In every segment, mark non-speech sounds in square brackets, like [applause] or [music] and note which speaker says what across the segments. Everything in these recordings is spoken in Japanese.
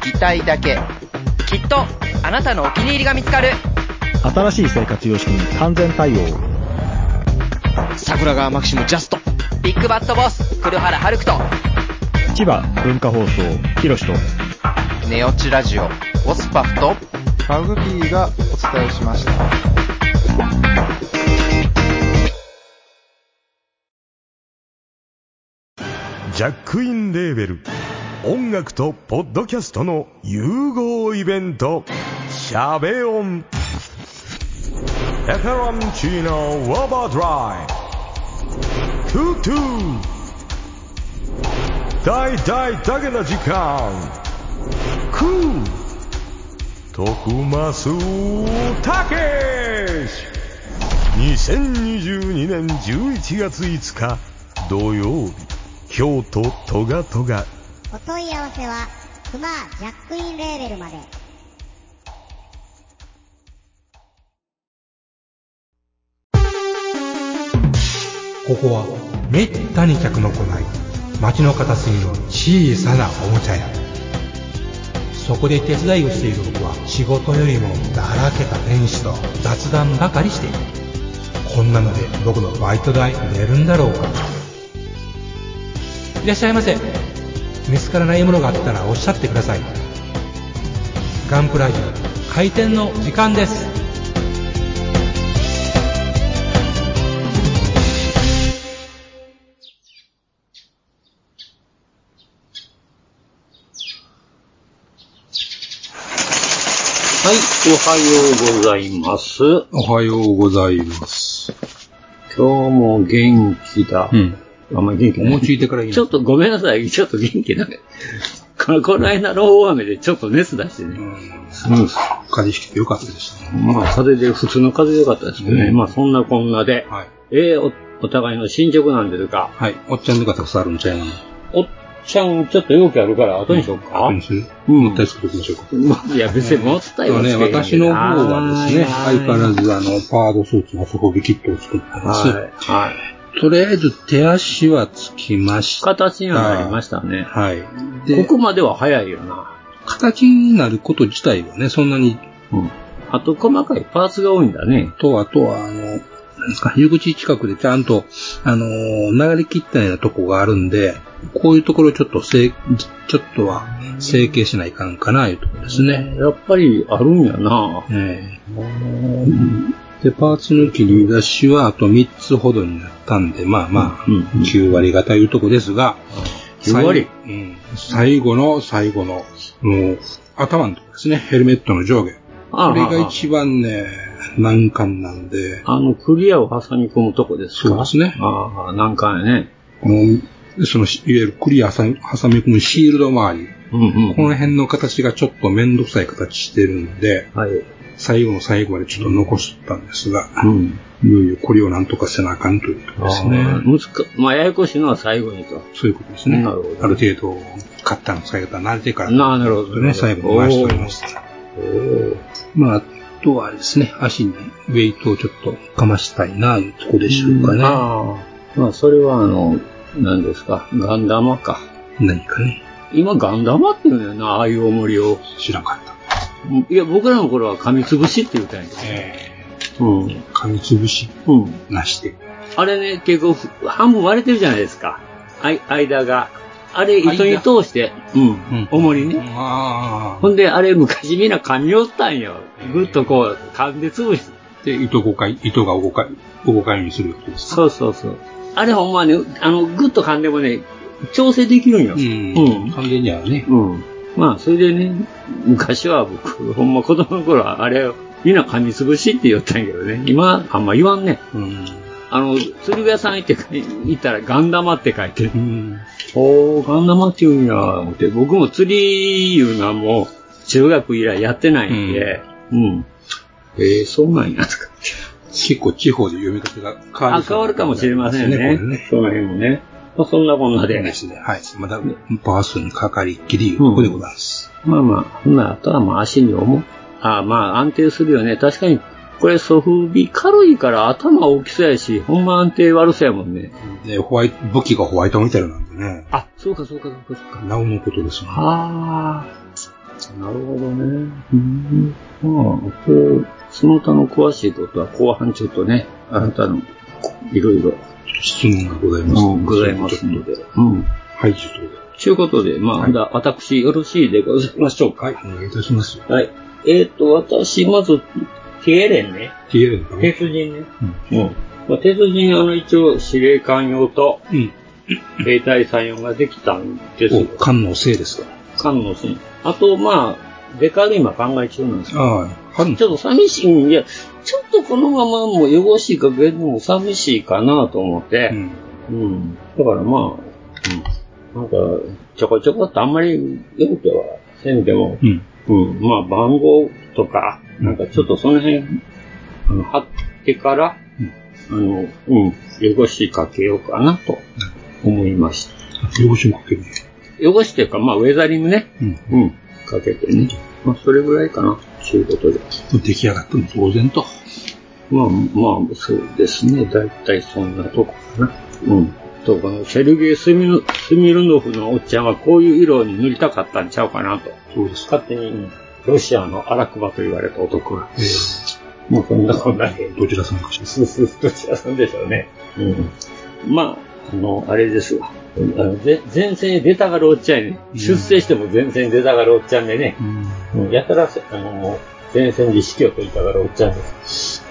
Speaker 1: 聞きたいだけ。
Speaker 2: きっとあなたのお気に入りが見つかる
Speaker 3: 新しい生活様式に完全対応。
Speaker 4: 桜川マキシムジャスト。
Speaker 2: ビッグバットボス黒原遥人
Speaker 3: 千葉文化放送、ひろしと。
Speaker 1: ネオチラジオ。オスパフと。
Speaker 5: マグキーがお伝えしました。
Speaker 6: ジャックインレーベル音楽とポッドキャストの融合イベント「シャベオン」「エフェロンチーノウォーバードライ」「トゥトゥ」「大大だけの時間」「クー」「徳マスたけし」2022年11月5日土曜日京都トガトガ
Speaker 7: お問い合わせは、クマジャックインレーベルまで。
Speaker 8: ここはめったに客の来ない街の片隅の小さなおもちゃ屋そこで手伝いをしている僕は仕事よりもだらけた店主と雑談ばかりしているこんなので僕のバイト代出るんだろうかいらっしゃいませ見つからないものがあったらおっしゃってくださいガンプラジオ開店の時間です
Speaker 9: はい、おはようございます。
Speaker 10: おはようございます。
Speaker 9: 今日も元気だ。
Speaker 10: うん。
Speaker 9: あんまり元気ない。
Speaker 10: 思いついてから言い
Speaker 9: ちょっとごめんなさい、ち [laughs] ょっと元気ない。ここの間の大雨でちょっと熱出してね。
Speaker 10: うん。風邪ひきてよかったですね。
Speaker 9: まあ風で、普通の風でよかったですけどね。
Speaker 10: うん
Speaker 9: まあそんなこんなで。
Speaker 10: はい。
Speaker 9: えーお、お互いの進捗なんですが、
Speaker 10: はい。おっちゃんの方がさあるんちゃいなの。
Speaker 9: おっちゃんちょっと容器あるから後にしようか。
Speaker 10: 何する
Speaker 9: うん
Speaker 10: もったいつけておきましょうか。
Speaker 9: いや別にもったい
Speaker 10: では
Speaker 9: はつけ
Speaker 10: ね、
Speaker 9: へんけど
Speaker 10: 私の方はですね、相変わらずあの、パードスーツの遊びキットを作ってます。
Speaker 9: はい。はい。
Speaker 10: とりあえず手足はつきました。
Speaker 9: 形にはなりましたね。
Speaker 10: はい。
Speaker 9: こ
Speaker 10: で、
Speaker 9: こまでは早いよな。
Speaker 10: 形になること自体はね、そんなに、
Speaker 9: うん。あと細かいパーツが多いんだね。
Speaker 10: と、あとは、あの、なんですか、入り口近くでちゃんと、あのー流れ切ったようなとこがあるんで、こういうところをちょっと整、ちょっとは整形しないかんかな、いうところですね。
Speaker 9: やっぱりあるんやな。
Speaker 10: ええで、パーツの切り出しはあと3つほどになったんで、まあまあ、
Speaker 9: うんうん
Speaker 10: 9割方いうとこですが、
Speaker 9: 9割
Speaker 10: 最うん最後の最後の、もう、頭のとこですね、ヘルメットの上下。
Speaker 9: あ
Speaker 10: これが一番ね、難関なんで、
Speaker 9: あの、クリアを挟み込むとこですか
Speaker 10: そうですね
Speaker 9: ああ、難関やね。
Speaker 10: もう、その、いわゆるクリア挟み挟み込むシールド周り、
Speaker 9: うんうん。
Speaker 10: この辺の形がちょっとめんどくさい形してるんで、
Speaker 9: はい。
Speaker 10: 最後の最後までちょっと残したんですが、
Speaker 9: うん。
Speaker 10: いよいよこれをなんとかせなあかんというところですね。
Speaker 9: ああむずか、まあ、ややこしいのは最後にと。
Speaker 10: そういうことですね。
Speaker 9: なるほど
Speaker 10: ある程度、カッターの使い方慣れてから、
Speaker 9: なあ、なるほど。。
Speaker 10: ね、最後に回しておりますす。まあ、あとはですね、足にウェイトをちょっとかましたいな、いうとこでしょうかね。
Speaker 9: ああ。まあ、それはあの、何ですか、ガンダマか。
Speaker 10: 何かね、
Speaker 9: 今、ガンダマっていうんだよな、ああいう重りを。
Speaker 10: 知らんかった。
Speaker 9: いや、僕らの頃は噛みつぶしって言ったんやけ
Speaker 10: え
Speaker 9: ど。うん。
Speaker 10: ー、噛みつぶし
Speaker 9: うん。
Speaker 10: なして。
Speaker 9: あれね、結構、半分割れてるじゃないですか。あい間が。あれ、糸に通して、うん、
Speaker 10: ん
Speaker 9: 重りね。
Speaker 10: あ
Speaker 9: ほんで、あれ、昔みんな噛み寄ったんよ。ぐっとこう、噛んで潰して。
Speaker 10: あ。で、糸5回、糸が5回、5回にするわけですか。
Speaker 9: そうそうそう。あれ、ほんまね、あの、ぐっと噛んでもね、調整できるんよ。
Speaker 10: うん。完全にはね。
Speaker 9: うん。うん。まあ、それでね、昔は僕、ほんま子供の頃は、あれ、みんな噛み潰しって言ったんやけどね。今、あんま言わんね。
Speaker 10: うん。
Speaker 9: あの、鶴瓶屋さん行って、行ったら、ガンダマって書いてる。
Speaker 10: うん。
Speaker 9: おー、ガンダマっていうんや、思って、僕も釣りいうのはもう、中学以来やってないんで、うん。えー、そうなんやとか。
Speaker 10: 結構地方で読み方が変わ
Speaker 9: あ、
Speaker 10: りそ
Speaker 9: 変
Speaker 10: う
Speaker 9: わるかもしれませんね。
Speaker 10: ですこれね
Speaker 9: その辺もね。まあ、そんなこんなで。
Speaker 10: ですね。はい。まだ、パーソンにかかりっきりいうとこでございます。
Speaker 9: まあまあ、ほなあとはまあ足に重。あまあ安定するよね。確かに、これソフビ軽いから頭大きそうやし、ほんま安定悪そうやもんね。
Speaker 10: で、ホワイト、武器がホワイトメタルなんでね。
Speaker 9: あ、そうかそうかそうかそうか。
Speaker 10: なおのことですね。
Speaker 9: ああ、なるほどね。うん。まあ、こう、その他の詳しいことは後半ちょっとね、あなたのいろいろ
Speaker 10: 質問がございます。
Speaker 9: ございますので。うん。
Speaker 10: はい、ちょっとございま
Speaker 9: ちゅうことで、まあ、
Speaker 10: はい
Speaker 9: だ私よろしいでございましょう
Speaker 10: す。
Speaker 9: か。
Speaker 10: はい、お願いいたします。
Speaker 9: はい。えっ、と、私、まず、テエレンね。
Speaker 10: 言えるのかね。
Speaker 9: 鉄人ね。うん。まあ、鉄人、あの、一応、司令官用と、
Speaker 10: うん。
Speaker 9: 兵隊さん用ができたんです
Speaker 10: お
Speaker 9: よ、。
Speaker 10: 官のせいですか。
Speaker 9: 官の線。あと、まあ、デカール今考え中なんですよ。
Speaker 10: ああ、春の
Speaker 9: ちょっと寂しいんや、ちょっとこのままもう汚しいかけるのも寂しいかなと思って、
Speaker 10: うん。
Speaker 9: うん。だからまあ、うん、なんか、ちょこちょこっとあんまり良くはせんでも、
Speaker 10: うん。
Speaker 9: うん。まあ、番号とか、なんかちょっとその辺、あの、貼ってから、あの、うん、汚しかけようかなと思いました。
Speaker 10: 汚しもかけるね。
Speaker 9: 汚しっていうか、まあ、ウェザリングね、
Speaker 10: うん。
Speaker 9: うん、かけてね。まあ、それぐらいかな、ということで。
Speaker 10: 出来上がったの当然と。
Speaker 9: まあまあ、そうですね。だいたいそんなとこかな。うん。と、このセルゲイ・スミルスミルノフのおっちゃんはこういう色に塗りたかったんちゃうかなと。
Speaker 10: そうですか。
Speaker 9: 勝手に、うんロシアの荒熊と言われた男が。
Speaker 10: えー、
Speaker 9: もうそんなこんなで。
Speaker 10: どちらさんかしら。
Speaker 9: すすすどちらさんでしょうね。うん。まあ、あの、あれですわ。あのぜ前線に出たがるおっちゃんやね。
Speaker 10: うん
Speaker 9: 出世しても前線に出たがるおっちゃんでね。
Speaker 10: うん。
Speaker 9: うんやたらせ、あの、前線で指揮を取りたがるおっちゃんです。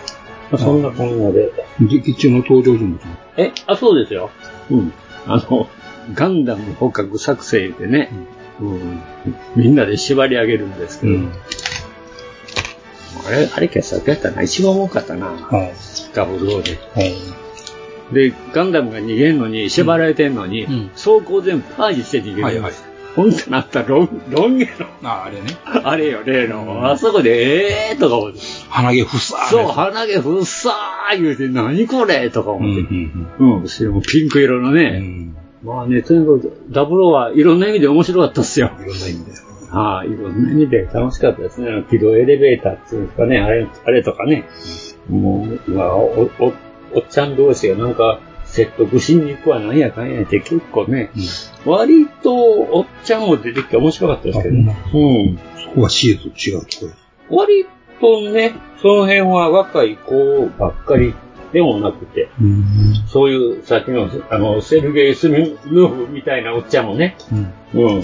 Speaker 9: まあ、そんなこんなで。
Speaker 10: 劇中の登場人物も
Speaker 9: え、あ、そうですよ。うん。あの、ガンダム捕獲作戦でね、うん、みんなで縛り上げるんですけど、
Speaker 10: うん。
Speaker 9: あれ、あれキャスターやったな、一番多かったな、
Speaker 10: はい。
Speaker 9: ダブルオーで。
Speaker 10: はい。
Speaker 9: で、ガンダムが逃げんのに、縛られてんのに、
Speaker 10: うんうん
Speaker 9: 走行全部パージして逃げる。
Speaker 10: はいはい
Speaker 9: ほんとなったらロン、ロンゲの、
Speaker 10: ああ、あれね。
Speaker 9: あれよ、例の、あそこで、ええーとか思って、
Speaker 10: 鼻毛ふさー
Speaker 9: そう、鼻毛ふっさー言うて、何これとか
Speaker 10: うん
Speaker 9: 思って、
Speaker 10: うん
Speaker 9: うん、それもピンク色のね、
Speaker 10: うん。うん。
Speaker 9: まあね、とにかく、ダブルオーはいろんな意味で面白かったっすよ。
Speaker 10: いろんな意味で。
Speaker 9: はい、いろんな意味で楽しかったですね。軌道エレベーターっていうんですかね、あれ、あれとかね。もう、まあ、お、お、おっちゃん同士がなんか、説得しに行くわなんやかんやって結構ね、割とおっちゃんも出てきて面白かったですけどね。うん。
Speaker 10: そこはシーズと違うとこ
Speaker 9: 割とね、その辺は若い子ばっかりでもなくて、
Speaker 10: ろ。うん。
Speaker 9: そういう、さっきの、あの、セルゲイ・スミノフみたいなおっちゃんもね、
Speaker 10: うん。
Speaker 9: うん。お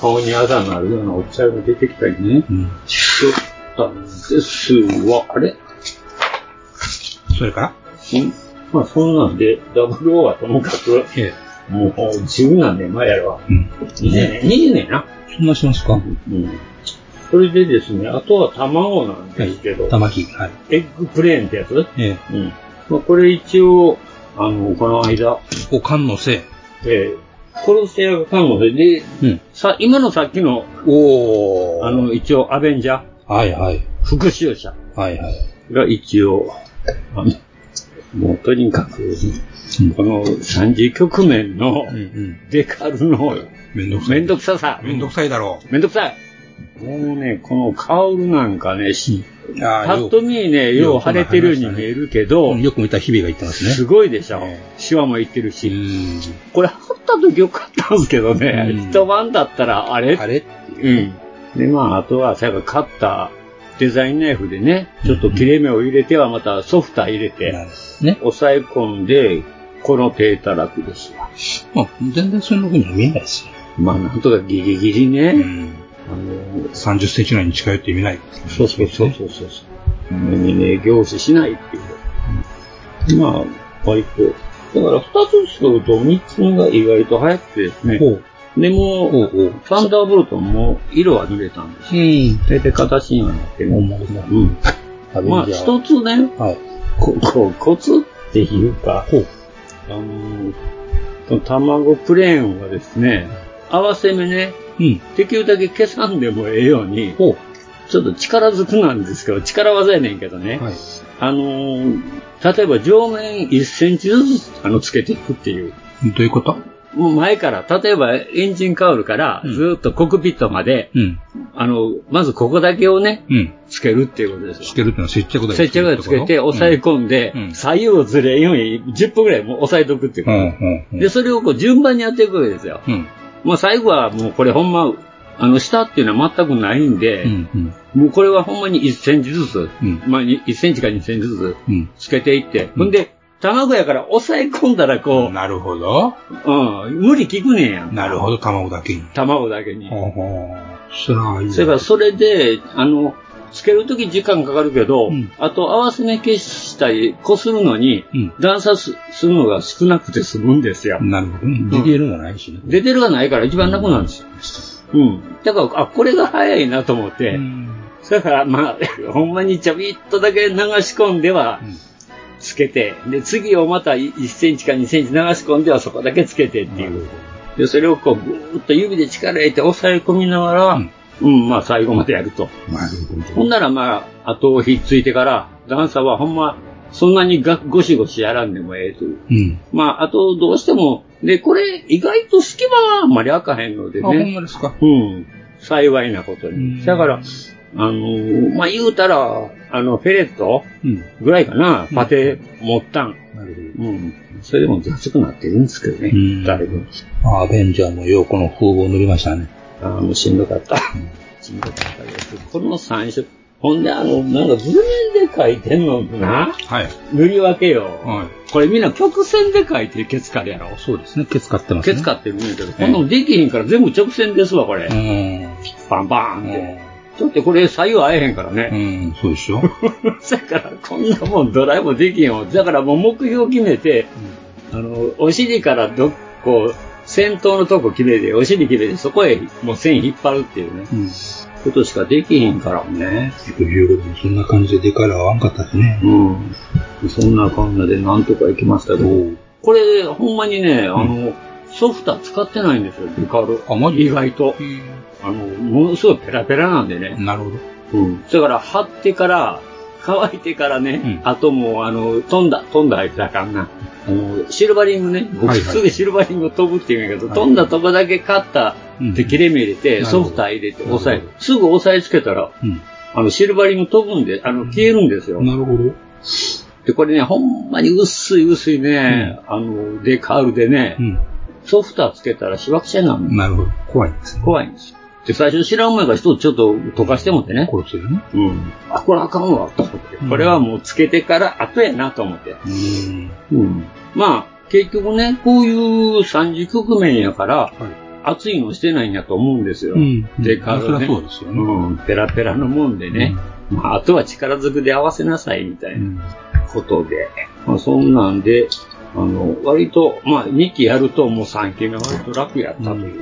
Speaker 9: 顔にあざのあるようなお茶が出てきたりね。
Speaker 10: うん。
Speaker 9: しよったんですわ。あれん
Speaker 10: それから
Speaker 9: まあそんなんで、ダブルオーはともかく、
Speaker 10: ええ。
Speaker 9: もう10何年前やろわ。
Speaker 10: うん。
Speaker 9: 20年、20年な。
Speaker 10: そんなしますか
Speaker 9: うん。それでですね、あとは卵なんですけど、
Speaker 10: 玉木。はい。
Speaker 9: エッグプレーンってやつう
Speaker 10: ええ。
Speaker 9: ん。まあこれ一応、あの、この間、
Speaker 10: おかんのせい。
Speaker 9: えー、コロセアが看護で、で、
Speaker 10: うん。
Speaker 9: さ、今のさっきの、
Speaker 10: おー。
Speaker 9: あの、一応アベンジャー、
Speaker 10: はいはい。
Speaker 9: 復讐者。
Speaker 10: はいはい。
Speaker 9: が一応、あのもうとにかく、この30局面の
Speaker 10: うんうん。
Speaker 9: デカールの
Speaker 10: めんどくさい。
Speaker 9: めんどくささ。
Speaker 10: めんどくさいだろ
Speaker 9: めんどくさい。もうね、このカオルなんかね、し
Speaker 10: う。あ
Speaker 9: ぱっと見ね、よう腫れてるように見えるけど、
Speaker 10: よく見た日々が言ってますね。
Speaker 9: すごいでしょ
Speaker 10: え。
Speaker 9: シワもいってる
Speaker 10: う
Speaker 9: し。
Speaker 10: ん。
Speaker 9: これ、貼った時よかったんですけどね
Speaker 10: う、ん
Speaker 9: 一晩だったら、あれ
Speaker 10: あれ
Speaker 9: うん。で、まあ、あとは、最後、カッター、デザインナイフでね、ちょっと切れ目を入れては、またソフター入れて、
Speaker 10: ね。
Speaker 9: 抑え込んで、この低たらくですわ。
Speaker 10: まあ、全然そんな風には見えないですよ。
Speaker 9: まあ、なんとかギリギリ
Speaker 10: う
Speaker 9: ね。
Speaker 10: ん。
Speaker 9: あの、
Speaker 10: 30センチ内に近寄って見ない。
Speaker 9: そうそうそうそうそう。にね、凝視しないっていう。まあ、割と。だから、二つしか打と三つ目が意外と流行ってですね。
Speaker 10: ほう。
Speaker 9: でも、
Speaker 10: ほうほう。
Speaker 9: サンダーボルトも色は塗れたんですよ。
Speaker 10: うん。
Speaker 9: 大体形にはなってる。
Speaker 10: ほんまですね
Speaker 9: うん。まあ、一つね、
Speaker 10: はい。
Speaker 9: こ [laughs] こコツっていうか、
Speaker 10: ほう。
Speaker 9: あのー、この卵プレーンはですね、合わせ目ね、
Speaker 10: うん。
Speaker 9: できるだけ消さんでもええように、
Speaker 10: ほ
Speaker 9: ちょっと力ずくなんですけど、力技やねんけどね、
Speaker 10: う。はい。
Speaker 9: あのー例えば上面1センチずつあのつけていくっていう。
Speaker 10: どういうこと
Speaker 9: もう前から、例えばエンジンカウルから
Speaker 10: うん
Speaker 9: ずーっとコックピットまで、
Speaker 10: うん。
Speaker 9: あの、まずここだけをね、
Speaker 10: うん。
Speaker 9: つけるっていうことですよ。
Speaker 10: つけるっていうのは接着剤
Speaker 9: 接着剤つけて、押さえ込んで、
Speaker 10: うん
Speaker 9: 左右をずれんように10分ぐらいもう押さえとくっていう
Speaker 10: う
Speaker 9: こ
Speaker 10: ん
Speaker 9: と。
Speaker 10: うんうん。
Speaker 9: で、それをこう順番にやっていくわけですよ。
Speaker 10: うん。
Speaker 9: もう最後はもうこれほんま、あの、下っていうのは全くないんで、
Speaker 10: うんうん。
Speaker 9: もうこれはほんまに1センチずつ、
Speaker 10: うん
Speaker 9: まあに1センチか2センチずつ
Speaker 10: うん。
Speaker 9: つけていって、
Speaker 10: うん
Speaker 9: ほんで、卵やから押さえ込んだらこ
Speaker 10: なるほど。
Speaker 9: う、うん、無理効くねんやん。
Speaker 10: なるほど、卵だけに。
Speaker 9: 卵だけに。
Speaker 10: ほうほう。それはいいね。
Speaker 9: それからそれで、あの、つけるとき時間かかるけど、
Speaker 10: うん
Speaker 9: あと合わせ目消したり、こするのに、
Speaker 10: うん。
Speaker 9: 段差すするのが少なくて済むんですよ。
Speaker 10: なるほど。出てるもないしね。
Speaker 9: 出てるがないから一番楽なんですよ。うん。だから、あ、これが早いなと思って、
Speaker 10: うん
Speaker 9: だから、まあ、 [laughs] ほんまにちょびっとだけ流し込んでは
Speaker 10: うん
Speaker 9: つけて、で、次をまた1センチか2センチ流し込んではそこだけつけてっていう。で、それをこう、ぐーっと指で力入れて押さえ込みながら、
Speaker 10: う
Speaker 9: うんん、まあ、最後までやると。
Speaker 10: なるほ
Speaker 9: ほん
Speaker 10: ど。
Speaker 9: なら、まあ、後をひっついてから、段差はほんま、そんなにがゴシゴシやらんでもええという。
Speaker 10: うん。
Speaker 9: まあ、あと、どうしても、で、これ、意外と隙間はあんまり開かへんので
Speaker 10: あ、ほん
Speaker 9: ね。
Speaker 10: まですか。
Speaker 9: うん。幸いなこと
Speaker 10: う
Speaker 9: に。
Speaker 10: ん
Speaker 9: だから、あのーまあ、言うたら、あの、フェレット
Speaker 10: うん。
Speaker 9: ぐらいかな、
Speaker 10: うん
Speaker 9: パテ持ったん。
Speaker 10: なる
Speaker 9: うん。それでも雑くなってるんですけど
Speaker 10: う
Speaker 9: ね
Speaker 10: ん。
Speaker 9: だいぶ。
Speaker 10: ほど。あ、アベンジャーもようこの風貌を塗りましたね。
Speaker 9: あーもうしんどかった。しんどかったです。この三色。ほんで、あの、なんか図面で描いてんのな
Speaker 10: はい。
Speaker 9: 塗り分けよ。
Speaker 10: は
Speaker 9: これみんな曲線で描いてるケツカルやろ。
Speaker 10: そうですね。ケツ買ってます
Speaker 9: ケ
Speaker 10: ね。
Speaker 9: ツカってるんやけど、こんなのできへんから全部直線ですわ、これ
Speaker 10: う。ん。
Speaker 9: バンバーンって。ちょっとこれ左右合えへんから
Speaker 10: う
Speaker 9: ね。
Speaker 10: ん。そうでし
Speaker 9: [laughs]
Speaker 10: ょ。
Speaker 9: だから、こんなもんドライもできへんわ。だからもう目標決めて、あの、お尻からどっこう、先頭のとこ決めて、お尻決めて、そこへもう線引っ張るっていうね、
Speaker 10: うん。
Speaker 9: ことしかできへんからね。
Speaker 10: 15分、そんな感じでデカールは合わんかったですね。
Speaker 9: うん。そんなこんなでなんとかいきましたけど、これ、ほんまにね、あの、ソフター使ってないんですよ、デカール。
Speaker 10: あマジ
Speaker 9: 意外と。あの、ものすごいペラペラなんでね。
Speaker 10: なるほど。
Speaker 9: うん。だから、張ってから、乾いてからね、
Speaker 10: うん
Speaker 9: あともう、あの、飛んだ、飛んだ入ったらあかんな。あの、シルバリングね、僕
Speaker 10: はい
Speaker 9: すぐシルバリング飛ぶって言うんやけど、
Speaker 10: はい
Speaker 9: 飛んだとこだけカッターで切れ目入れて、
Speaker 10: うん
Speaker 9: ソフター入れて、押さえ
Speaker 10: なるほ、
Speaker 9: すぐ押さえつけたら、
Speaker 10: う
Speaker 9: あの、シルバリング飛ぶんで、あの、消えるんですよ。
Speaker 10: なるほど。
Speaker 9: で、これね、ほんまに薄い薄いね、あの、デカールでね、
Speaker 10: う
Speaker 9: ソフターつけたらしわくちゃになるの
Speaker 10: ん。なるほど。怖いですね。
Speaker 9: 怖いんですよ。で、最初知らんもんやから一つちょっと溶かしてもってね。
Speaker 10: 殺すよね。
Speaker 9: うん。あ、これあかんわ、と思って
Speaker 10: うん。
Speaker 9: これはもうつけてから後やなと思って。
Speaker 10: うん。
Speaker 9: うん。まあ、結局ね、こういう三次局面やから、熱いのしてないんやと思うんですよ。
Speaker 10: うん。
Speaker 9: でカードね
Speaker 10: そりゃそうですよね。
Speaker 9: うん。ペラペラのもんでね。まあ、あとは力ずくで合わせなさい、みた
Speaker 10: う。
Speaker 9: いなんことで。まあ、そんなんで、あの、割と、まあ、2期やるともう3期が割と楽やったという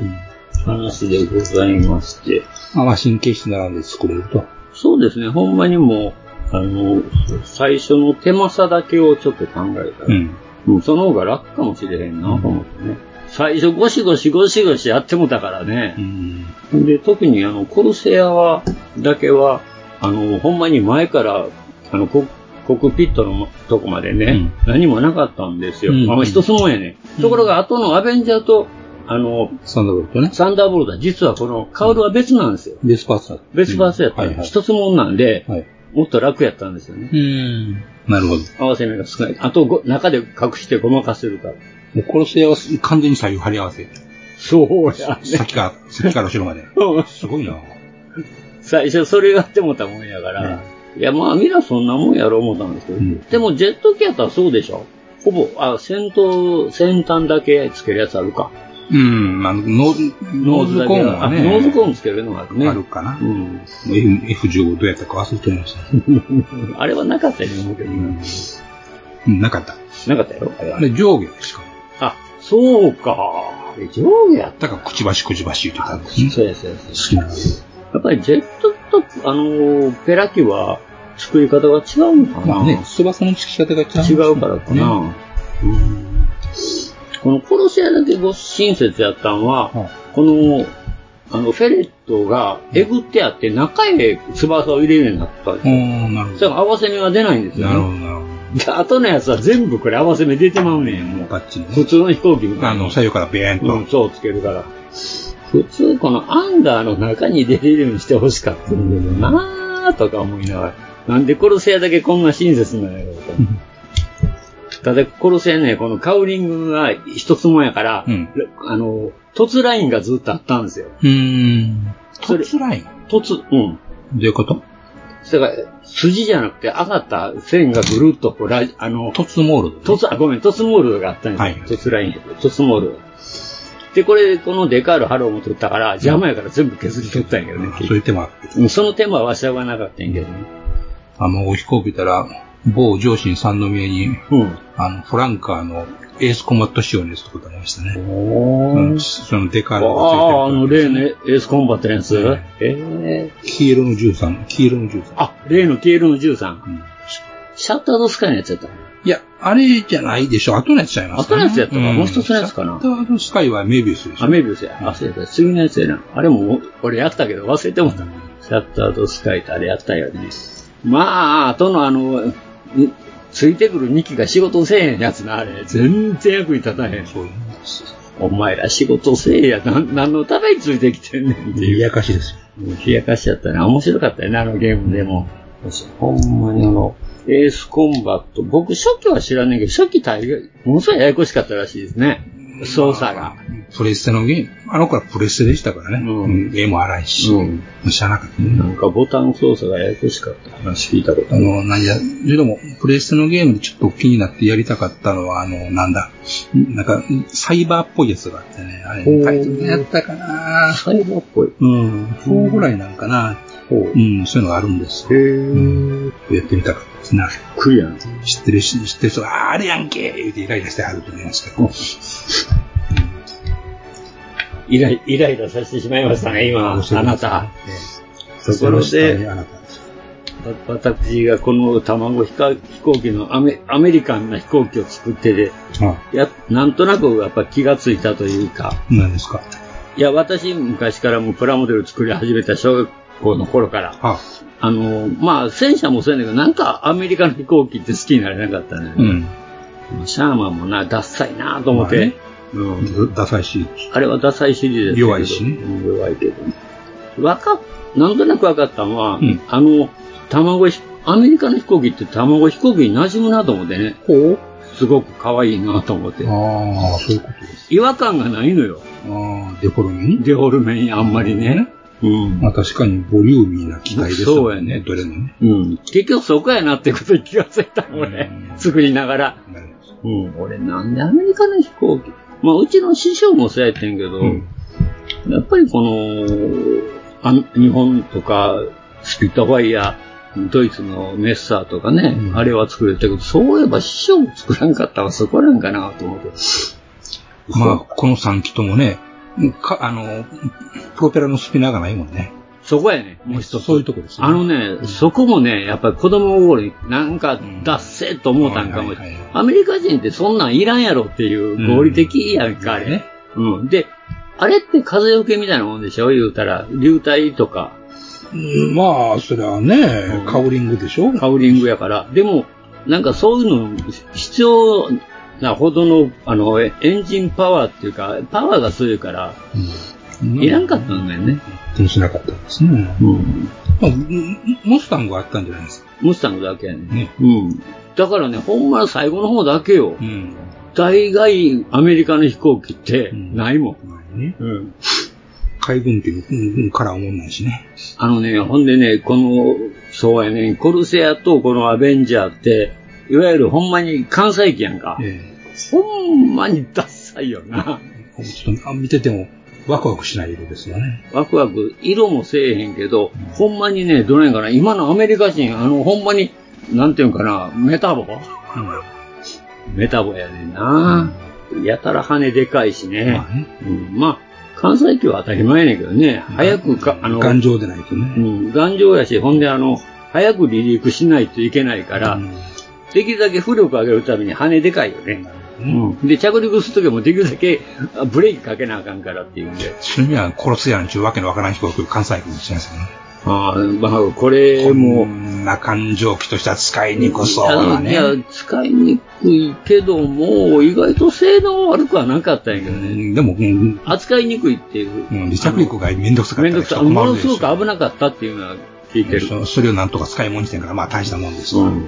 Speaker 9: 話でございまして。
Speaker 10: あ、まあ、神経質並んで作れると。
Speaker 9: そうですね、ほんまにもう、あの、最初の手間さだけをちょっと考えたら、
Speaker 10: ん。
Speaker 9: うんその方が楽かもしれへんなと思ってね。最初ゴシゴシゴシゴシやってもたから
Speaker 10: う
Speaker 9: ね。
Speaker 10: ん。
Speaker 9: で、特にあの、コルセアは、だけは、あの、ほんまに前から、あの、ココックピットのとこまでね、何もなかったんですよ。
Speaker 10: うん
Speaker 9: あの、一つもんやね、
Speaker 10: うん
Speaker 9: ところが、後のアベンジャーと、あの、
Speaker 10: サンダーボルトね。
Speaker 9: サンダーボルトは実はこの、カウルは別なんですよ。
Speaker 10: ベースパーツだった。
Speaker 9: 別パーツやった
Speaker 10: うんん
Speaker 9: で
Speaker 10: はい
Speaker 9: 一つもんなんで、
Speaker 10: はい。はい。
Speaker 9: もっと楽やったんですよね。
Speaker 10: うん。なるほど。
Speaker 9: 合わせ目が少ない。あとご、中で隠してごまかせるから。
Speaker 10: もう殺せは完全に左右張り合わせ。
Speaker 9: そうやね。
Speaker 10: 先から、先から後ろまで。
Speaker 9: うん
Speaker 10: すごいな。
Speaker 9: 最初それやってもたもんやから。いや、まあ、みんなそんなもんやろう思ったんですけど。
Speaker 10: うん
Speaker 9: でも、ジェット機やったらそうでしょほぼ、あ、先頭、先端だけつけるやつあるか。
Speaker 10: うん。まあ、ノーズ、ノーズコーンはね。
Speaker 9: あノーズコーンつけるのがあるね。
Speaker 10: あるかな
Speaker 9: う。ん。
Speaker 10: もう F- F15 どうやったか忘れてました。
Speaker 9: あれはなかったよね、
Speaker 10: うんうん、なかった。
Speaker 9: なかったよ。あれ
Speaker 10: あれ上下でしかも。
Speaker 9: あ、そうか。あれ上下やった。
Speaker 10: だから、くちばしくちばし言ってたんですね。
Speaker 9: そうやそうやそうや
Speaker 10: 好きなの
Speaker 9: やっぱりジェットと、あのーペラ機は作り方が違うのかな、
Speaker 10: まあね、翼の付き方が違
Speaker 9: 違
Speaker 10: う。
Speaker 9: うからかな、。うんこのコロシアだけご親切やったんは、
Speaker 10: はい
Speaker 9: このあの、フェレットがえぐってあって、中へ翼を入れるようになったんです
Speaker 10: う
Speaker 9: よ。
Speaker 10: ん、なるほ
Speaker 9: それ
Speaker 10: ど。
Speaker 9: も合わせ目は出ないんですよ、
Speaker 10: な
Speaker 9: ね。
Speaker 10: るほど、なるほど。
Speaker 9: で、後のやつは全部これ合わせ目出てまうねん、もう。
Speaker 10: バッチリ
Speaker 9: 普
Speaker 10: ね。
Speaker 9: 通の飛行機みたいな。
Speaker 10: あの、左右からベーンと。
Speaker 9: うん、そうつけるから。普通このアンダーの中に出れるようにしてほしかったんだけどなーとか思いながら。なんで殺せやだけこんな親切なんやろうと。ただ殺せね、このカウリングが一つもんやから、
Speaker 10: うん
Speaker 9: あの、凸ラインがずっとあったんですよ。
Speaker 10: うーん。
Speaker 9: それ
Speaker 10: 突ライン
Speaker 9: 凸、うん。
Speaker 10: どういうこと
Speaker 9: それから、筋じゃなくて上がった線がぐるっとこう、ラジあの、
Speaker 10: 突モールド。
Speaker 9: トツ、あ、ごめん、トツモールドがあったんですよ。
Speaker 10: はい
Speaker 9: トツライン、トツモールド。で、これ、このデカールハローも取ったから、邪魔やから全部削り取ったんやけどね。
Speaker 10: あそういう手もある。
Speaker 9: うんその手間はしゃがなかったんやけどね。
Speaker 10: あの、飛行機たら、某上司三宮に、
Speaker 9: うん。
Speaker 10: あの、フランカーのエースコマット仕様のやつとかがありましたね。
Speaker 9: お
Speaker 10: うん、そのデカー
Speaker 9: あ
Speaker 10: ルが
Speaker 9: あ、あ
Speaker 10: つい
Speaker 9: の、
Speaker 10: てる
Speaker 9: 例のエースコンバテンス。
Speaker 10: うん
Speaker 9: ええ
Speaker 10: 黄色の13、黄色の13。
Speaker 9: あ、例の黄色の13
Speaker 10: う。ん
Speaker 9: シャッタードスカイのやつやった。
Speaker 10: いや、あれじゃないでしょ。後のやつちゃいます
Speaker 9: 後のやつやったかもう一つのやつかな
Speaker 10: シャッタードスカイはメビウスでしょ。
Speaker 9: アメビウスや。あ、そうやった。次のやつやな。あれも、俺やったけど忘れてもうた。シャッターとスカイってあれやったよね。まあ、あとのあの、んついてくる2機が仕事せえへんやつな、あれ。全然役に立たへん。
Speaker 10: そういうのです。
Speaker 9: お前ら仕事せえや。なん、なんのためについてきてんねんっていう。
Speaker 10: やかしですよ。
Speaker 9: もう冷やかしちゃったな。面白かったよね、あのゲームでも。ほんまにあの、エースコンバット。僕、初期は知らんねんけど、初期大概、ものすごいややこしかったらしいですね。操作が。
Speaker 10: プレステのゲーム。あの頃はプレステでしたからね。
Speaker 9: うん
Speaker 10: うん。絵も荒いし。
Speaker 9: うん
Speaker 10: 知らなかったね。
Speaker 9: なんかボタン操作がややこしかった話聞いたこと
Speaker 10: あ
Speaker 9: ある。
Speaker 10: の、何や、でも、プレステのゲームでちょっと気になってやりたかったのは、あの、なんだ、なんか、サイバーっぽいやつがあってね、あれ、
Speaker 9: ほう
Speaker 10: タイトルやったかな
Speaker 9: サイバーっぽい。
Speaker 10: うん、4ぐらいなんかな、うん、そういうのがあるんですよ。うんやってみたかったですね。
Speaker 9: クリアン。
Speaker 10: 知ってるし、知ってる人が、あーあれやんけ言ってイライラしてはると思いますけど。
Speaker 9: イライイライラさせてしまいましたね、今、あなた。ところで、
Speaker 10: あなたです
Speaker 9: わ私がこの卵飛行飛行機のアメアメリカンな飛行機を作ってて、
Speaker 10: あ、
Speaker 9: や、なんとなくやっぱ気がついたというか、
Speaker 10: 何ですか。
Speaker 9: いや、私昔からもうプラモデル作り始めた小学校の頃から、
Speaker 10: あ、
Speaker 9: あの、まあ、戦車もそうやねんけど、なんかアメリカの飛行機って好きになれなかったね。
Speaker 10: うん。
Speaker 9: シャーマンもな、ダッサいなと思って、
Speaker 10: まあね
Speaker 9: うん、
Speaker 10: ダサいし、
Speaker 9: あれはダサいシリーズだったけど
Speaker 10: 弱いしね
Speaker 9: うん弱いけど。わか、なんとなくわかったのは、
Speaker 10: うん
Speaker 9: あの、卵ひ、アメリカの飛行機って卵飛行機に馴染むなと思ってね。すごく可愛いなと思って。
Speaker 10: ああ、そういうことです。
Speaker 9: 違和感がないのよ。
Speaker 10: ああ、デフォルメに
Speaker 9: デフォルメにあんまりね。うん
Speaker 10: ま。あ確かにボリューミーな機械です
Speaker 9: そうやね
Speaker 10: どれもね。
Speaker 9: うん。結局そこやなってことに気がついたの、俺
Speaker 10: う。ん
Speaker 9: 作りながら。うん。俺なんでアメリカの飛行機まあ、うちの師匠もそうやってんけど、
Speaker 10: うん
Speaker 9: やっぱりこの、あ日本とか、スピットファイヤー、ドイツのメッサーとかね、
Speaker 10: うん
Speaker 9: あれは作れたけど、そういえば師匠も作らんかったわ、そこなんかなと思って。
Speaker 10: まあ、この3機ともね、か、あの、プロペラのスピナーがないもんね。
Speaker 9: そこやね、もう一つ。
Speaker 10: そういうとこですね。
Speaker 9: あのね、そこもね、やっぱり子供心になんか脱せと思うたんかも、
Speaker 10: うんはいはいはい
Speaker 9: アメリカ人ってそんなんいらんやろっていう合理的やんか、あれね。うん。で、あれって風よけみたいなもんでしょ言うたら、流体とか、
Speaker 10: うん、まあ、それはね
Speaker 9: うん、
Speaker 10: カウリングでしょ
Speaker 9: カウリングやから。でも、なんかそういうの必要なほどの、あの、エンジンパワーっていうか、パワーが強いから、
Speaker 10: うん
Speaker 9: いらんかったんだよね。
Speaker 10: 気にしなかったんですね。
Speaker 9: うん。
Speaker 10: まあうんモスタングがあったんじゃないですか。
Speaker 9: ムスタングだけやね。
Speaker 10: ね。
Speaker 9: うん。だからね、ほんま最後の方だけよ。
Speaker 10: うん。
Speaker 9: 大概アメリカの飛行機って
Speaker 10: うん
Speaker 9: ないもん。
Speaker 10: まあね
Speaker 9: うん
Speaker 10: 海軍っていううんからは思んないしね。
Speaker 9: あのね、ほんでね、この、そうやね、コルセアとこのアベンジャーって、いわゆるほんまに関西機やんか。
Speaker 10: え
Speaker 9: ほんまにダッサいよな。
Speaker 10: えちょっとあ見ててもワクワクしない色ですよね。
Speaker 9: ワクワク、色もせえへんけど、ほんまにね、どないかな、今のアメリカ人、あの、ほんまに、なんていうんかな、メタボ
Speaker 10: うん。
Speaker 9: メタボやねんな。やたら羽でかいしね
Speaker 10: ま。あね。
Speaker 9: うん、まあ、関西機は当たり前やねんけどね、早くか、あの、
Speaker 10: 頑丈でないと
Speaker 9: う
Speaker 10: ね。
Speaker 9: ん、頑丈やし、ほんであの、早く離陸しないといけないから、
Speaker 10: うん
Speaker 9: できるだけ浮力上げるために羽でかいよね。うん。で、着陸するときもできるだけあブレーキかけなあかんからっていうんで。
Speaker 10: そういう意味は殺すやんちゅうわけのわからん飛行機を関西軍にしてるんですよね。
Speaker 9: ああ、まあ、これ
Speaker 10: こ
Speaker 9: も、
Speaker 10: んな感情機としては使いにくそう
Speaker 9: あ
Speaker 10: な
Speaker 9: の
Speaker 10: ね
Speaker 9: い。や、使いにくいけども、意外と性能悪くはなかったんやけ
Speaker 10: う
Speaker 9: どね。
Speaker 10: んでも、うん、
Speaker 9: 扱いにくいっていう。
Speaker 10: うん離着陸がめんどくさかっ
Speaker 9: め
Speaker 10: た
Speaker 9: ん
Speaker 10: り
Speaker 9: どく
Speaker 10: して
Speaker 9: さい。
Speaker 10: 困
Speaker 9: も
Speaker 10: る
Speaker 9: の
Speaker 10: ですしょ
Speaker 9: ごく危なかったっていうのは聞いてる。
Speaker 10: そそれをなんとか使い物にしてんから、まあ大したもんですわ。
Speaker 9: うん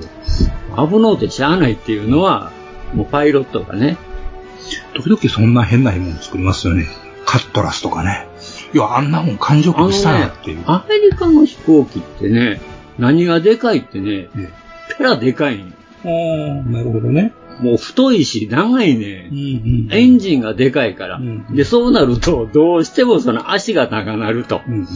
Speaker 9: 危のうてしゃあないっていうのは、もうパイロットがね。
Speaker 10: 時々そんな変なもの作りますよね。カットラスとかね。いや、あんなもん感情機
Speaker 9: あの
Speaker 10: にしたんや
Speaker 9: ね
Speaker 10: っていう。、
Speaker 9: アメリカの飛行機ってね、何がでかいってね、
Speaker 10: え
Speaker 9: ペラでかいんよ
Speaker 10: えおーなるほどね。
Speaker 9: もう太いし長いね
Speaker 10: う。んうん。
Speaker 9: エンジンがでかいから。
Speaker 10: うん
Speaker 9: で、そうなると、どうしてもその足が長なると。
Speaker 10: うん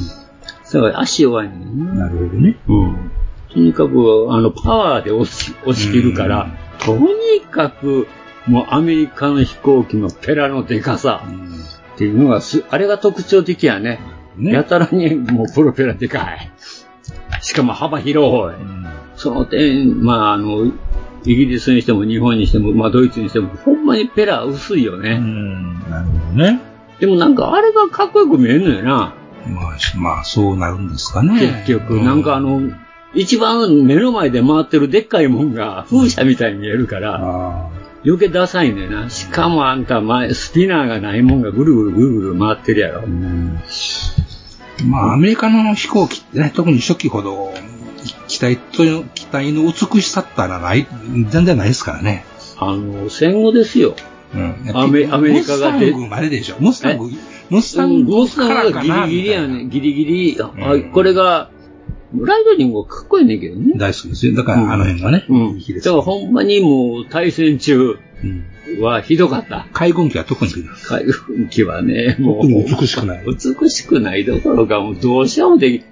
Speaker 9: だから足弱いねん
Speaker 10: うん。
Speaker 9: な
Speaker 10: なるほどね。
Speaker 9: うん。とにかく、あの、パワーで押し、押し切るから、とにかく、もうアメリカの飛行機のペラのでかさ
Speaker 10: う
Speaker 9: っていうのがす、あれが特徴的やね。
Speaker 10: ん。ね。
Speaker 9: やたらにもうプロペラでかい。しかも幅広い。その点、まあ、あの、イギリスにしても日本にしても、まあ、ドイツにしても、ほんまにペラ薄いよ
Speaker 10: う
Speaker 9: ね。
Speaker 10: ん。なるほどね。
Speaker 9: でもなんかあれがかっこよく見えんのよな。
Speaker 10: まあ、しまあ、そうなるんですかね。
Speaker 9: 結局、なんかあの、一番目の前で回ってるでっかいもんが風車みたいに見えるから、
Speaker 10: あ
Speaker 9: 余計ダサいんだよな。しかもあんた前、スピナーがないもんがぐるぐるぐるぐる回ってるやろ
Speaker 10: ー。うんまあ、アメリカの飛行機ってね、特に初期ほど、機体と、機体の美しさったらない、全然ないですからね。
Speaker 9: あの、戦後ですよ。
Speaker 10: うん
Speaker 9: アメアメリカが
Speaker 10: ムスタングまででしょ。ムスタング、ムスタング
Speaker 9: ボス
Speaker 10: か
Speaker 9: さ
Speaker 10: ら
Speaker 9: んが
Speaker 10: か
Speaker 9: ギ
Speaker 10: な
Speaker 9: リギリや
Speaker 10: みたい
Speaker 9: ね。
Speaker 10: な
Speaker 9: ギリギリ。あ
Speaker 10: うん
Speaker 9: これが、ライトニングはかっこいいねんけどね。
Speaker 10: 大好きですよ。だから、
Speaker 9: うん
Speaker 10: あの辺がね、
Speaker 9: うん。
Speaker 10: いいで
Speaker 9: だ
Speaker 10: す
Speaker 9: か
Speaker 10: ね
Speaker 9: らほんまにもう対戦中
Speaker 10: うん
Speaker 9: はひどかった。
Speaker 10: 海軍機は特に美しい
Speaker 9: 海軍機はね、も
Speaker 10: 特
Speaker 9: う。
Speaker 10: [laughs] に美しくない。
Speaker 9: 美しくないどころか、もうどうしようもでき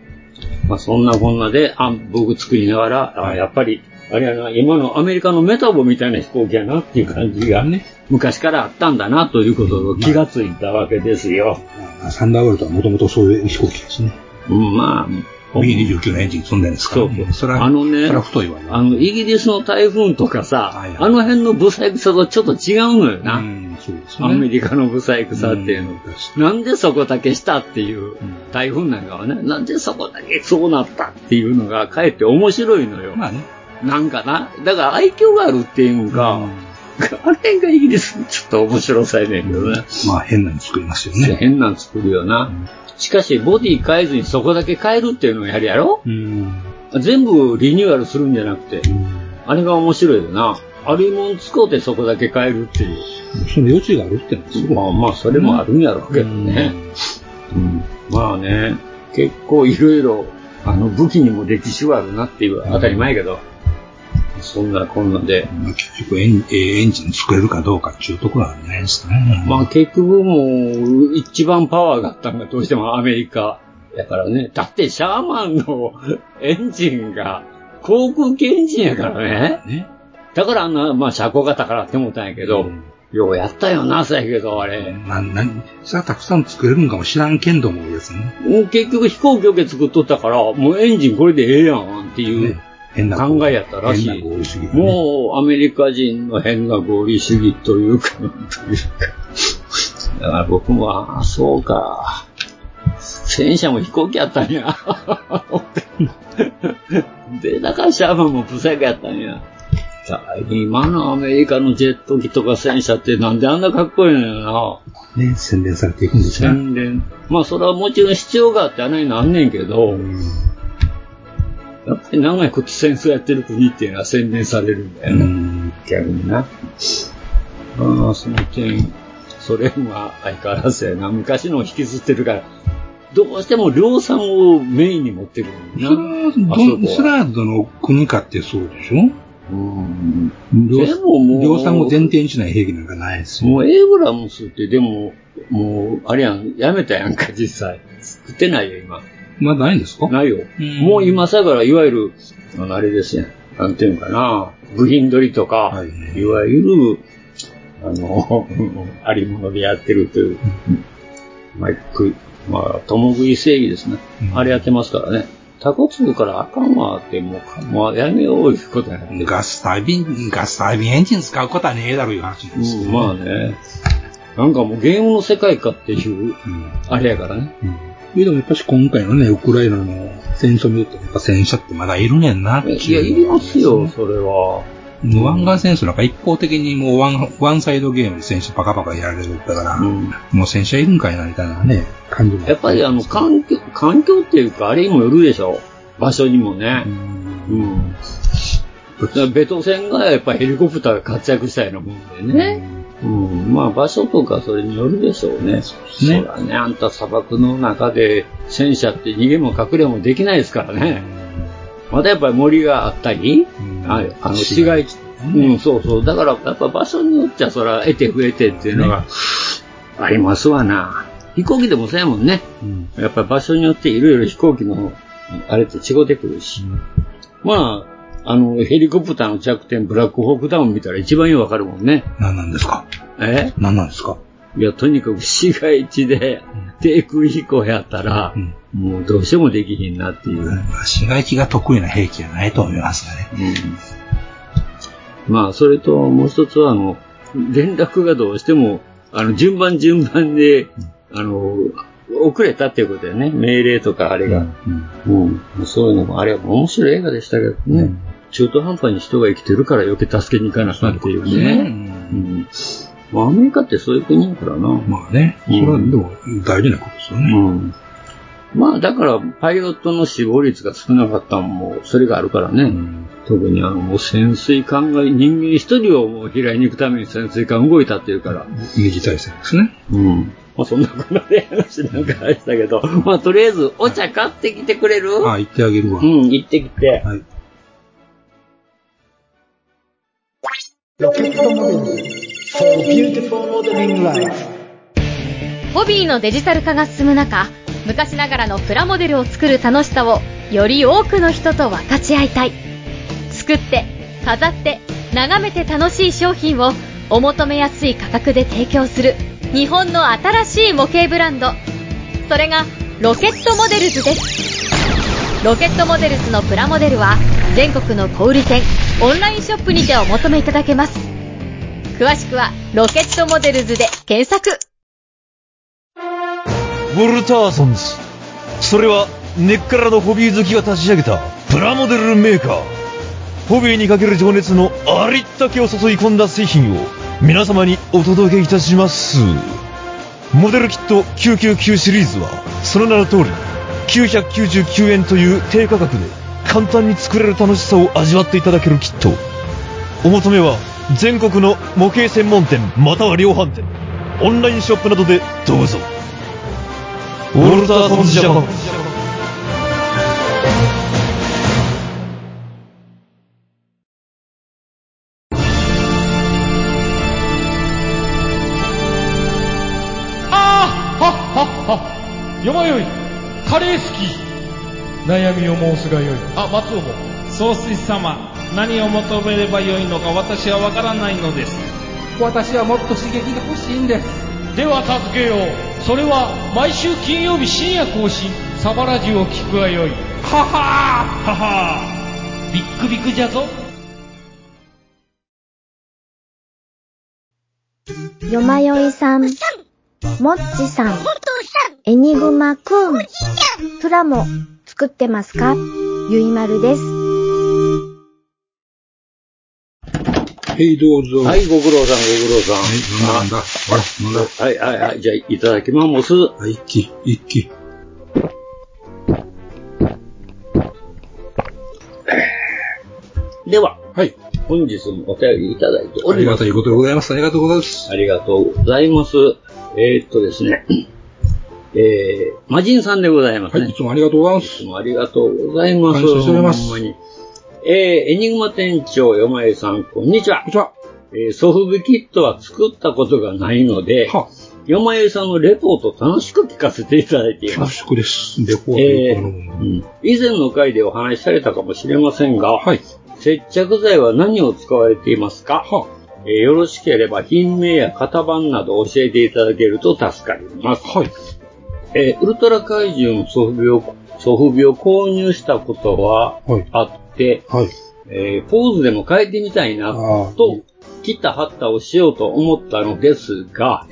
Speaker 9: まあ、そんなこんなで、あ僕作りながら、あやっぱり、あれやな、今のアメリカのメタボみたいな飛行機やなっていう感じが、ね、昔からあったんだなということを気がついたわけですよ。
Speaker 10: まあサンダーボルトはもともとそういう飛行機ですね。
Speaker 9: うんまあ、
Speaker 10: B29 のエンジン積んでるんですか
Speaker 9: そ
Speaker 10: ら、
Speaker 9: うそう
Speaker 10: うんそれは、
Speaker 9: あのね
Speaker 10: それは太いわね。
Speaker 9: あの、イギリスの台風とかさ、
Speaker 10: はいはい
Speaker 9: あの辺のブサイクさとちょっと違うのよな。
Speaker 10: うん、そうです
Speaker 9: ア
Speaker 10: ね。
Speaker 9: メリカのブサイクさっていうの。
Speaker 10: んです
Speaker 9: なんでそこだけしたっていう
Speaker 10: うん、
Speaker 9: 台風なんかはね、なんでそこだけそうなったっていうのが、かえって面白いのよ。
Speaker 10: まあね。
Speaker 9: なんかな。だから愛嬌があるっていうか、
Speaker 10: うん
Speaker 9: あれがイギリス、ちょっと面白さやねんけどな。
Speaker 10: まあ変なの作りますよね。
Speaker 9: 変なん作るよな。しかし、ボディ変えずにそこだけ変えるっていうのをやるやろ
Speaker 10: うん。
Speaker 9: 全部リニューアルするんじゃなくて、あれが面白いよな。あれもん使うてそこだけ変えるっていう。
Speaker 10: その余地があるってのはすごい。
Speaker 9: まあまあ、それもあるんやろうけどね。うんまあね、結構いろいろ、あの、武器にも歴史はあるなっていう、当たり前やけど、そんなこんなで、
Speaker 10: まあ結局エン、えーエンジン作れるかどうかっていうところはないですかね。
Speaker 9: まあ結局もう、一番パワーがあったのがどうしてもアメリカやからね。だってシャーマンのエンジンが、航空機エンジンやからね。
Speaker 10: ね。
Speaker 9: だからあんな、まあ車高型からって思ったんやけど、ようやったよな、そうやけど、あれ。
Speaker 10: まあ、な、それはたくさん作れるんかも知らんけんどもですね。
Speaker 9: うん結局飛行機を作っとったから、もうエンジンこれでええやんっていう。
Speaker 10: ね変な
Speaker 9: 考えやったらしい
Speaker 10: 変な合理主義がね
Speaker 9: もうアメリカ人の変な合理主義というか、なんというか。だから僕も、ああ、そうか。戦車も飛行機やったんや。 [laughs] で、だからシャーマンもブサイクやったんや。だから今のアメリカのジェット機とか戦車ってなんであんなかっこいいのよな。
Speaker 10: ね、洗練されていくんですね。
Speaker 9: 洗練。まあそれはもちろん必要があってあれになんねんけど、やっぱり長いこと戦争やってる国っていうのは洗練されるんだよね。
Speaker 10: ん。
Speaker 9: 逆にな。ああ、その点、ソ連は相変わらずやな。昔のを引きずってるから、どうしても量産をメインに持ってくるんだな
Speaker 10: それ
Speaker 9: あそ
Speaker 10: はど
Speaker 9: こは
Speaker 10: ん、それはどの国かってそうでしょ
Speaker 9: うん。
Speaker 10: 量
Speaker 9: でももう
Speaker 10: 量産を前提にしない兵器なんかないですよ。
Speaker 9: もうエイブラムスってでも、もう、あれやん、やめたやんか、実際。作ってないよ、今。
Speaker 10: まだないんですか
Speaker 9: ないよ。
Speaker 10: うん
Speaker 9: もう今さから、いわゆる、あのあれですやん。なんていうのかな。部品取りとか、
Speaker 10: はい
Speaker 9: い、わゆる、あの、 [laughs] ありものでやってるという、まあ、くまあ、共食い正義ですね。
Speaker 10: うん
Speaker 9: あれやってますからね。タコつくからあかんわって、もう、もうやめよういうことやね。
Speaker 10: ガスタービン、ガスタービンエンジン使うことはねえだろいう話なんですけ
Speaker 9: う
Speaker 10: ど、
Speaker 9: ん、まあね。なんかもうゲームの世界かっていう、
Speaker 10: うん
Speaker 9: あれやからね。
Speaker 10: でもやっぱし今回のね、ウクライナの戦争によって、やっぱ戦車ってまだいるねんなっていう。
Speaker 9: いや、いりますよ、それは。
Speaker 10: もう湾岸戦争なんか一方的にもうワンワンサイドゲームで戦車バカバカやられるったから、
Speaker 9: うん。
Speaker 10: もう戦車いるんかいなみたいなね、感じも。
Speaker 9: やっぱりあの、環境、環境っていうか、あれにもよるでしょ。場所にもね
Speaker 10: う。ん
Speaker 9: うん。だからベト戦がやっぱヘリコプターが活躍したようなもんでね。うん。まあ場所とかそれによるでしょうね。そう
Speaker 10: ね
Speaker 9: だね。あんた砂漠の中で戦車って逃げも隠れもできないですからね。またやっぱり森があったり、
Speaker 10: うん
Speaker 9: ああの市
Speaker 10: 市
Speaker 9: 街地、
Speaker 10: 街ね
Speaker 9: うん、そうそう。だからやっぱ場所によっちゃそら得て増えてっていうのがありますわな。飛行機でもそうやもんね。
Speaker 10: うん
Speaker 9: やっぱ場所によっていろいろ飛行機のあれって違ってくるし。まあ、あの、ヘリコプターの弱点、ブラックホークダウン見たら一番よくわかるもんね。
Speaker 10: 何なんですか
Speaker 9: え
Speaker 10: 何なんですか
Speaker 9: いや、とにかく市街地で低空飛行やったら、
Speaker 10: うん
Speaker 9: もうどうしてもできひんなっていう。うん
Speaker 10: 市街地が得意な兵器じゃないと思いますね。
Speaker 9: まあ、それともう一つは、あの、連絡がどうしても、あの、順番順番で、あの、遅れたっていうことだよね。命令とかあれが。
Speaker 10: うん
Speaker 9: うん、そういうのも、あれは面白い映画でしたけどね、中途半端に人が生きてるから余計助けに行かなあかんっていうね。う
Speaker 10: ね
Speaker 9: ん。まあ、アメリカってそういう国だからな。
Speaker 10: まあね、それはでも大事なことですよね。
Speaker 9: うん。まあ、だから、パイロットの死亡率が少なかったのも、それがあるからね。特にあの、もう潜水艦が、人間一人をもう平井に行くために潜水艦動いたっていうから。
Speaker 10: 二次大戦ですね。
Speaker 9: うん。まあ、そんなこんなで話なんかあれでしたけど、まあ、とりあえず、お茶買ってきてくれる、
Speaker 10: あ、言ってあげるわ。
Speaker 9: うん、行ってきて。
Speaker 10: はい。
Speaker 11: ホビーのデジタル化が進む中昔ながらのプラモデルを作る楽しさをより多くの人と分かち合いたい作って飾って眺めて楽しい商品をお求めやすい価格で提供する日本の新しい模型ブランドそれがロケットモデルズですロケットモデルズのプラモデルは全国の小売店オンラインショップにてお求めいただけます詳しくは「ロケットモデルズ」で検索
Speaker 12: ウォルターソンズそれは根っからのホビー好きが立ち上げたプラモデルメーカーホビーにかける情熱のありったけを注い込んだ製品を皆様にお届けいたしますモデルキット999シリーズはその名の通り999円という低価格で簡単に作れる楽しさを味わっていただけるキットお求めは全国の模型専門店または量販店オンラインショップなどでどうぞウォルターソンズジャパン
Speaker 13: ああはっはっはよまよいカレー好き
Speaker 14: 悩みを申すがよい
Speaker 13: あ松尾も総帥様何を求めればよいのか私はわからないのです私はもっと刺激が欲しいんですでは助けようそれは毎週金曜日深夜更新サバラジュを聞くがよいははーははービックビックじゃぞ
Speaker 7: よまよいさん、もっちさん、エニグマくん、プラモ作ってますかゆいまるです。
Speaker 10: はい、どうぞ。
Speaker 9: はい、ご苦労さん、ご苦労さん。
Speaker 10: はい、飲んだ。ほら、飲んだ。、
Speaker 9: はい、はい、はい。じゃあ、いただきます。はい
Speaker 10: 一気、一気。
Speaker 9: では、はい。本日もお便りいただいてお
Speaker 10: あり
Speaker 9: りま
Speaker 10: が
Speaker 9: す
Speaker 10: た。いことでございます。ありがとうございます。
Speaker 9: ありがとうございます。えーっとですね、えー、魔人さんでございますね。はい、い
Speaker 10: つもありがとうございます。
Speaker 9: いつもありがとうございます。
Speaker 10: 感謝しております
Speaker 9: ほんまに。えー、エニグマ店長、よまえさん、こんにちは。こんに
Speaker 10: ちは。
Speaker 9: えー、ソフビキットは作ったことがないので、よまえさんのレポート楽しく聞かせていただいています。
Speaker 10: 恐縮です。レポート
Speaker 9: え
Speaker 10: い
Speaker 9: ー
Speaker 10: うこの
Speaker 9: うん以前の回でお話しされたかもしれませんが、接着剤は何を使われていますか、えーよろしければ品名や型番など教えていただけると助かります。えーウルトラ怪獣の装備をソフビを購入したことはあって、えーポーズでも変えてみたいなと、切った貼ったをしようと思ったのですが、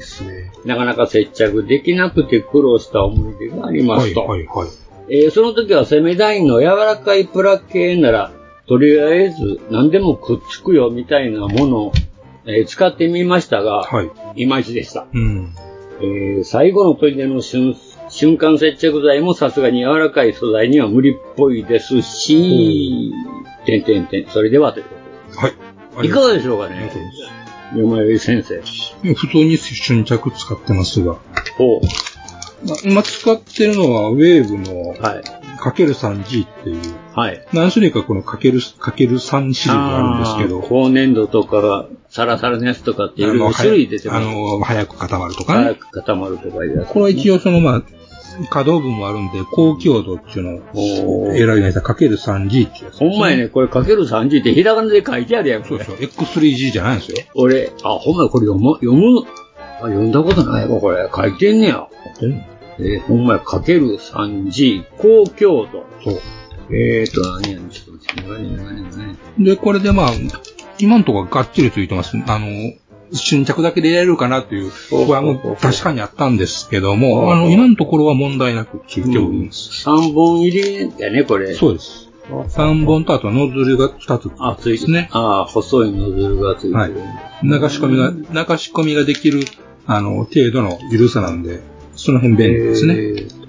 Speaker 9: なかなか接着できなくて苦労した思い出がありますと。えーその時はセメダインの柔らかいプラ系なら、とりあえず何でもくっつくよみたいなものを、えー使ってみましたが、い、まいちでした。
Speaker 10: うん。
Speaker 9: えー最後の砦の瞬瞬間接着剤もさすがに柔らかい素材には無理っぽいですし、てんてんてん、それではということで。はい。いかがでしょうかね。山よ先生。
Speaker 10: 普通に瞬着使ってますが。
Speaker 9: ほ
Speaker 10: ま、今使ってるのは、ウェーブの、かける 3G っていう、何種類かこのかける、かける3種類があるんですけど、
Speaker 9: ど。高粘土とか、サラサラのやつとかっていろいろ種類出てます。
Speaker 10: あの、早く固まるとかね
Speaker 9: 早く固まるとかいうやつ。
Speaker 10: これは一応その、まあ、可動部もあるんで、高強度っていうのを選びました。かける 3G ってやつ。
Speaker 9: ほんまやね、これかける3 0ってひらがなで書いてあるやん。そう
Speaker 10: そう、X3G じゃないんですよ。
Speaker 9: 俺、あ、ほんまやこれ読む、読む、あ、読んだことないわ、これ。書いてんねや。えーほんまや、かける 3G、高強度。
Speaker 10: そう。
Speaker 9: えーと、何やねん、ちょっと待って、何やねん、何やねん。
Speaker 10: で、これでまあ、今のところがっちりついてます。あの、新着だけでやれるかなっていう不安も確かにあったんですけども、あの、今のところは問題なくついております。
Speaker 9: 3本入りやね、これ。
Speaker 10: そうです。3本とあとノズルが2つ。
Speaker 9: あ、ついてね。ああ、細いノズルがついてる。
Speaker 10: はい。流し込みが、流し込みができる、あの、程度の緩さなんで、その辺便利ですね。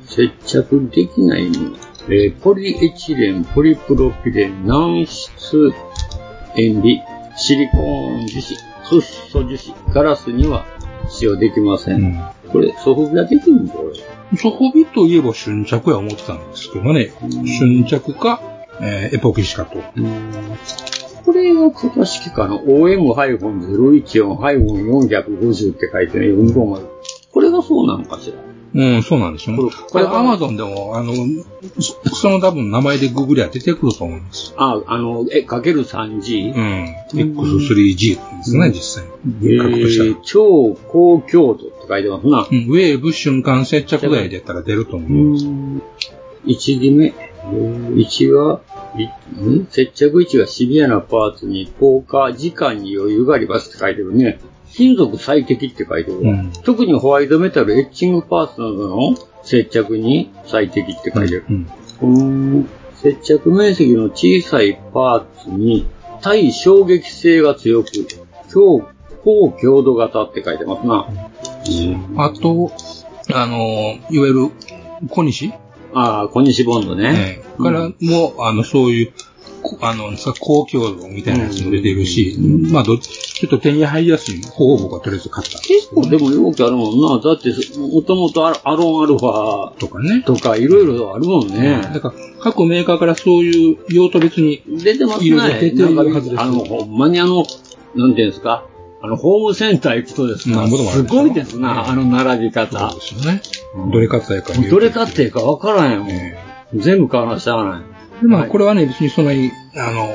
Speaker 9: 接着できないもの。えーポリエチレン、ポリプロピレン、軟質塩ビ、シリコーン樹脂、フッ素樹脂、ガラスには使用できません。これ、ソフビはできるんだ、これ。
Speaker 10: ソフビといえば瞬着や思ってたんですけどね、瞬着か、えーエポキシカと。
Speaker 9: これが型式かな ?OM-014-450 って書いてね、450。これがそうなのかしら
Speaker 10: うん、そうなんですよね。これ、アマゾンでも、あの、そその多分名前でググりゃ出てくると思います。
Speaker 9: あ、あの、え、かける 3G?
Speaker 10: うん。X3G ですね、実際
Speaker 9: え
Speaker 10: に。格闘した
Speaker 9: ー、超高強度って書いてますな。
Speaker 10: うんウェーブ瞬間接着剤でやったら出ると思う。
Speaker 9: 1決め、1は、いん接着位置がシビアなパーツに効果、時間に余裕がありますって書いてるね。金属最適って書いてるわ、
Speaker 10: うん
Speaker 9: 特にホワイトメタル、エッチングパーツなどの接着に最適って書いてる。うん接着面積の小さいパーツに対衝撃性が強く、強、高強度型って書いてますな。
Speaker 10: あと、あの、いわゆる、小西
Speaker 9: ああ、小西ボンドね。
Speaker 10: からも、あの、そういう、こあの、さ高強度みたいなやつも出てるし、まあ、どっちちょっと手に入りやすい方を僕はとりあえず買った。
Speaker 9: 結構でも容器あるもんな。だって、もともとアアロンアルファ
Speaker 10: とかね。
Speaker 9: とかいろいろあるもんね。
Speaker 10: だから、各メーカーからそういう用途別に、
Speaker 9: 出てますね。
Speaker 10: いろいろ出てるはずで
Speaker 9: な
Speaker 10: す。
Speaker 9: んかあの、ほんまにあの、なんていうんですか。あの、ホームセンター行くとですね、
Speaker 10: なんぼでもある
Speaker 9: すごいですな、あの並び方。
Speaker 10: ね。どれ買ったやか
Speaker 9: どれ買っていいかわからんよ、もう。全部買わなしゃあない。
Speaker 10: でまあ、これはね、別にそんなに、あの、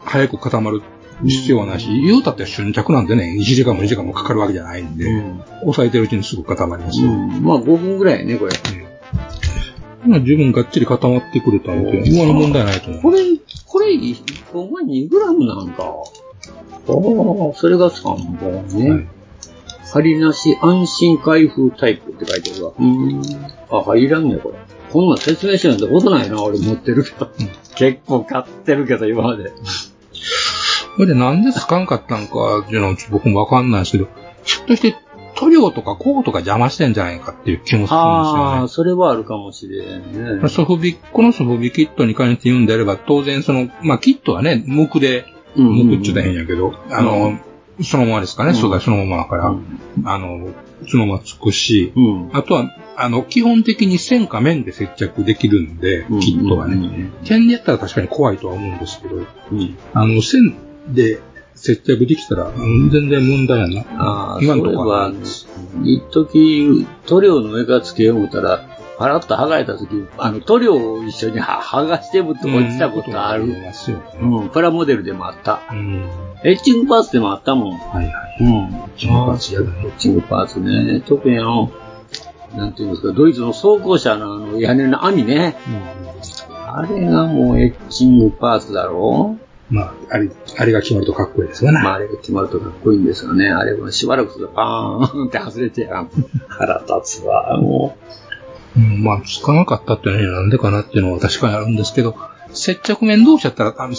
Speaker 10: 早く固まる必要はないし、言うたって瞬着なんでね、1時間も2時間もかかるわけじゃないんで、抑えてるうちにすぐ固まりますよ。
Speaker 9: まあ、5分ぐらいやね、これ。
Speaker 10: まあ、十分がっちり固まってくれたので、今の問題ないと思う。
Speaker 9: これ、これ、1本は2グラムなんか。ああ、それが3本ね。針なし安心開封タイプって書いてるわ。あ、入らんね、これ。こんなん説明書なんてことないな、俺持ってるけど。結構買ってるけど、今まで。
Speaker 10: これでなんでつかんかったんかっていうのはちょっと僕もわかんないですけど、ひょっとして塗料とかコーとか邪魔してんじゃないかっていう気もするんですよね
Speaker 9: ああ、それはあるかもしれんね。
Speaker 10: ソフビ、このソフビキットに関して言うんであれば、当然その、まあ、キットはね、無垢で、
Speaker 9: 無
Speaker 10: 垢っちゅうたら変やけど、あ
Speaker 9: う
Speaker 10: の、そのままですかね、
Speaker 9: うん
Speaker 10: 素材そのままだから、あの、そのままつくし、あとは、あの、基本的に線か面で接着できるんで、キットはね。点でやったら確かに怖いとは思うんですけど、あの、線で接着できたら、うん全然問題や
Speaker 9: あ
Speaker 10: な。
Speaker 9: あ、
Speaker 10: 今
Speaker 9: 今
Speaker 10: の
Speaker 9: の
Speaker 10: ところは
Speaker 9: は、一時塗料の上から付けようたら、パラッと剥がれた時、あの塗料を一緒には剥がしてぶっと落ちたことある。うん、プラモデルでもあった。エッチングパーツでもあったもん。はいはい。うん。エッチングパーツやだエッチングパーツね。特にあの、なんていうんですか、ドイツの装甲車のあの屋根の網ね。あれがもうエッチングパーツだろ
Speaker 10: まあ、あれ、あれが決まるとかっこいいですよね。
Speaker 9: まあ、あれが決まるとかっこいいんですよね。あれはしばらくするとパーンって外れてやん。腹立つわ、も
Speaker 10: う。うん、まあ、つかなかったってね、なんでかなっていうのは確かにあるんですけど、接着面同士やったら、あの、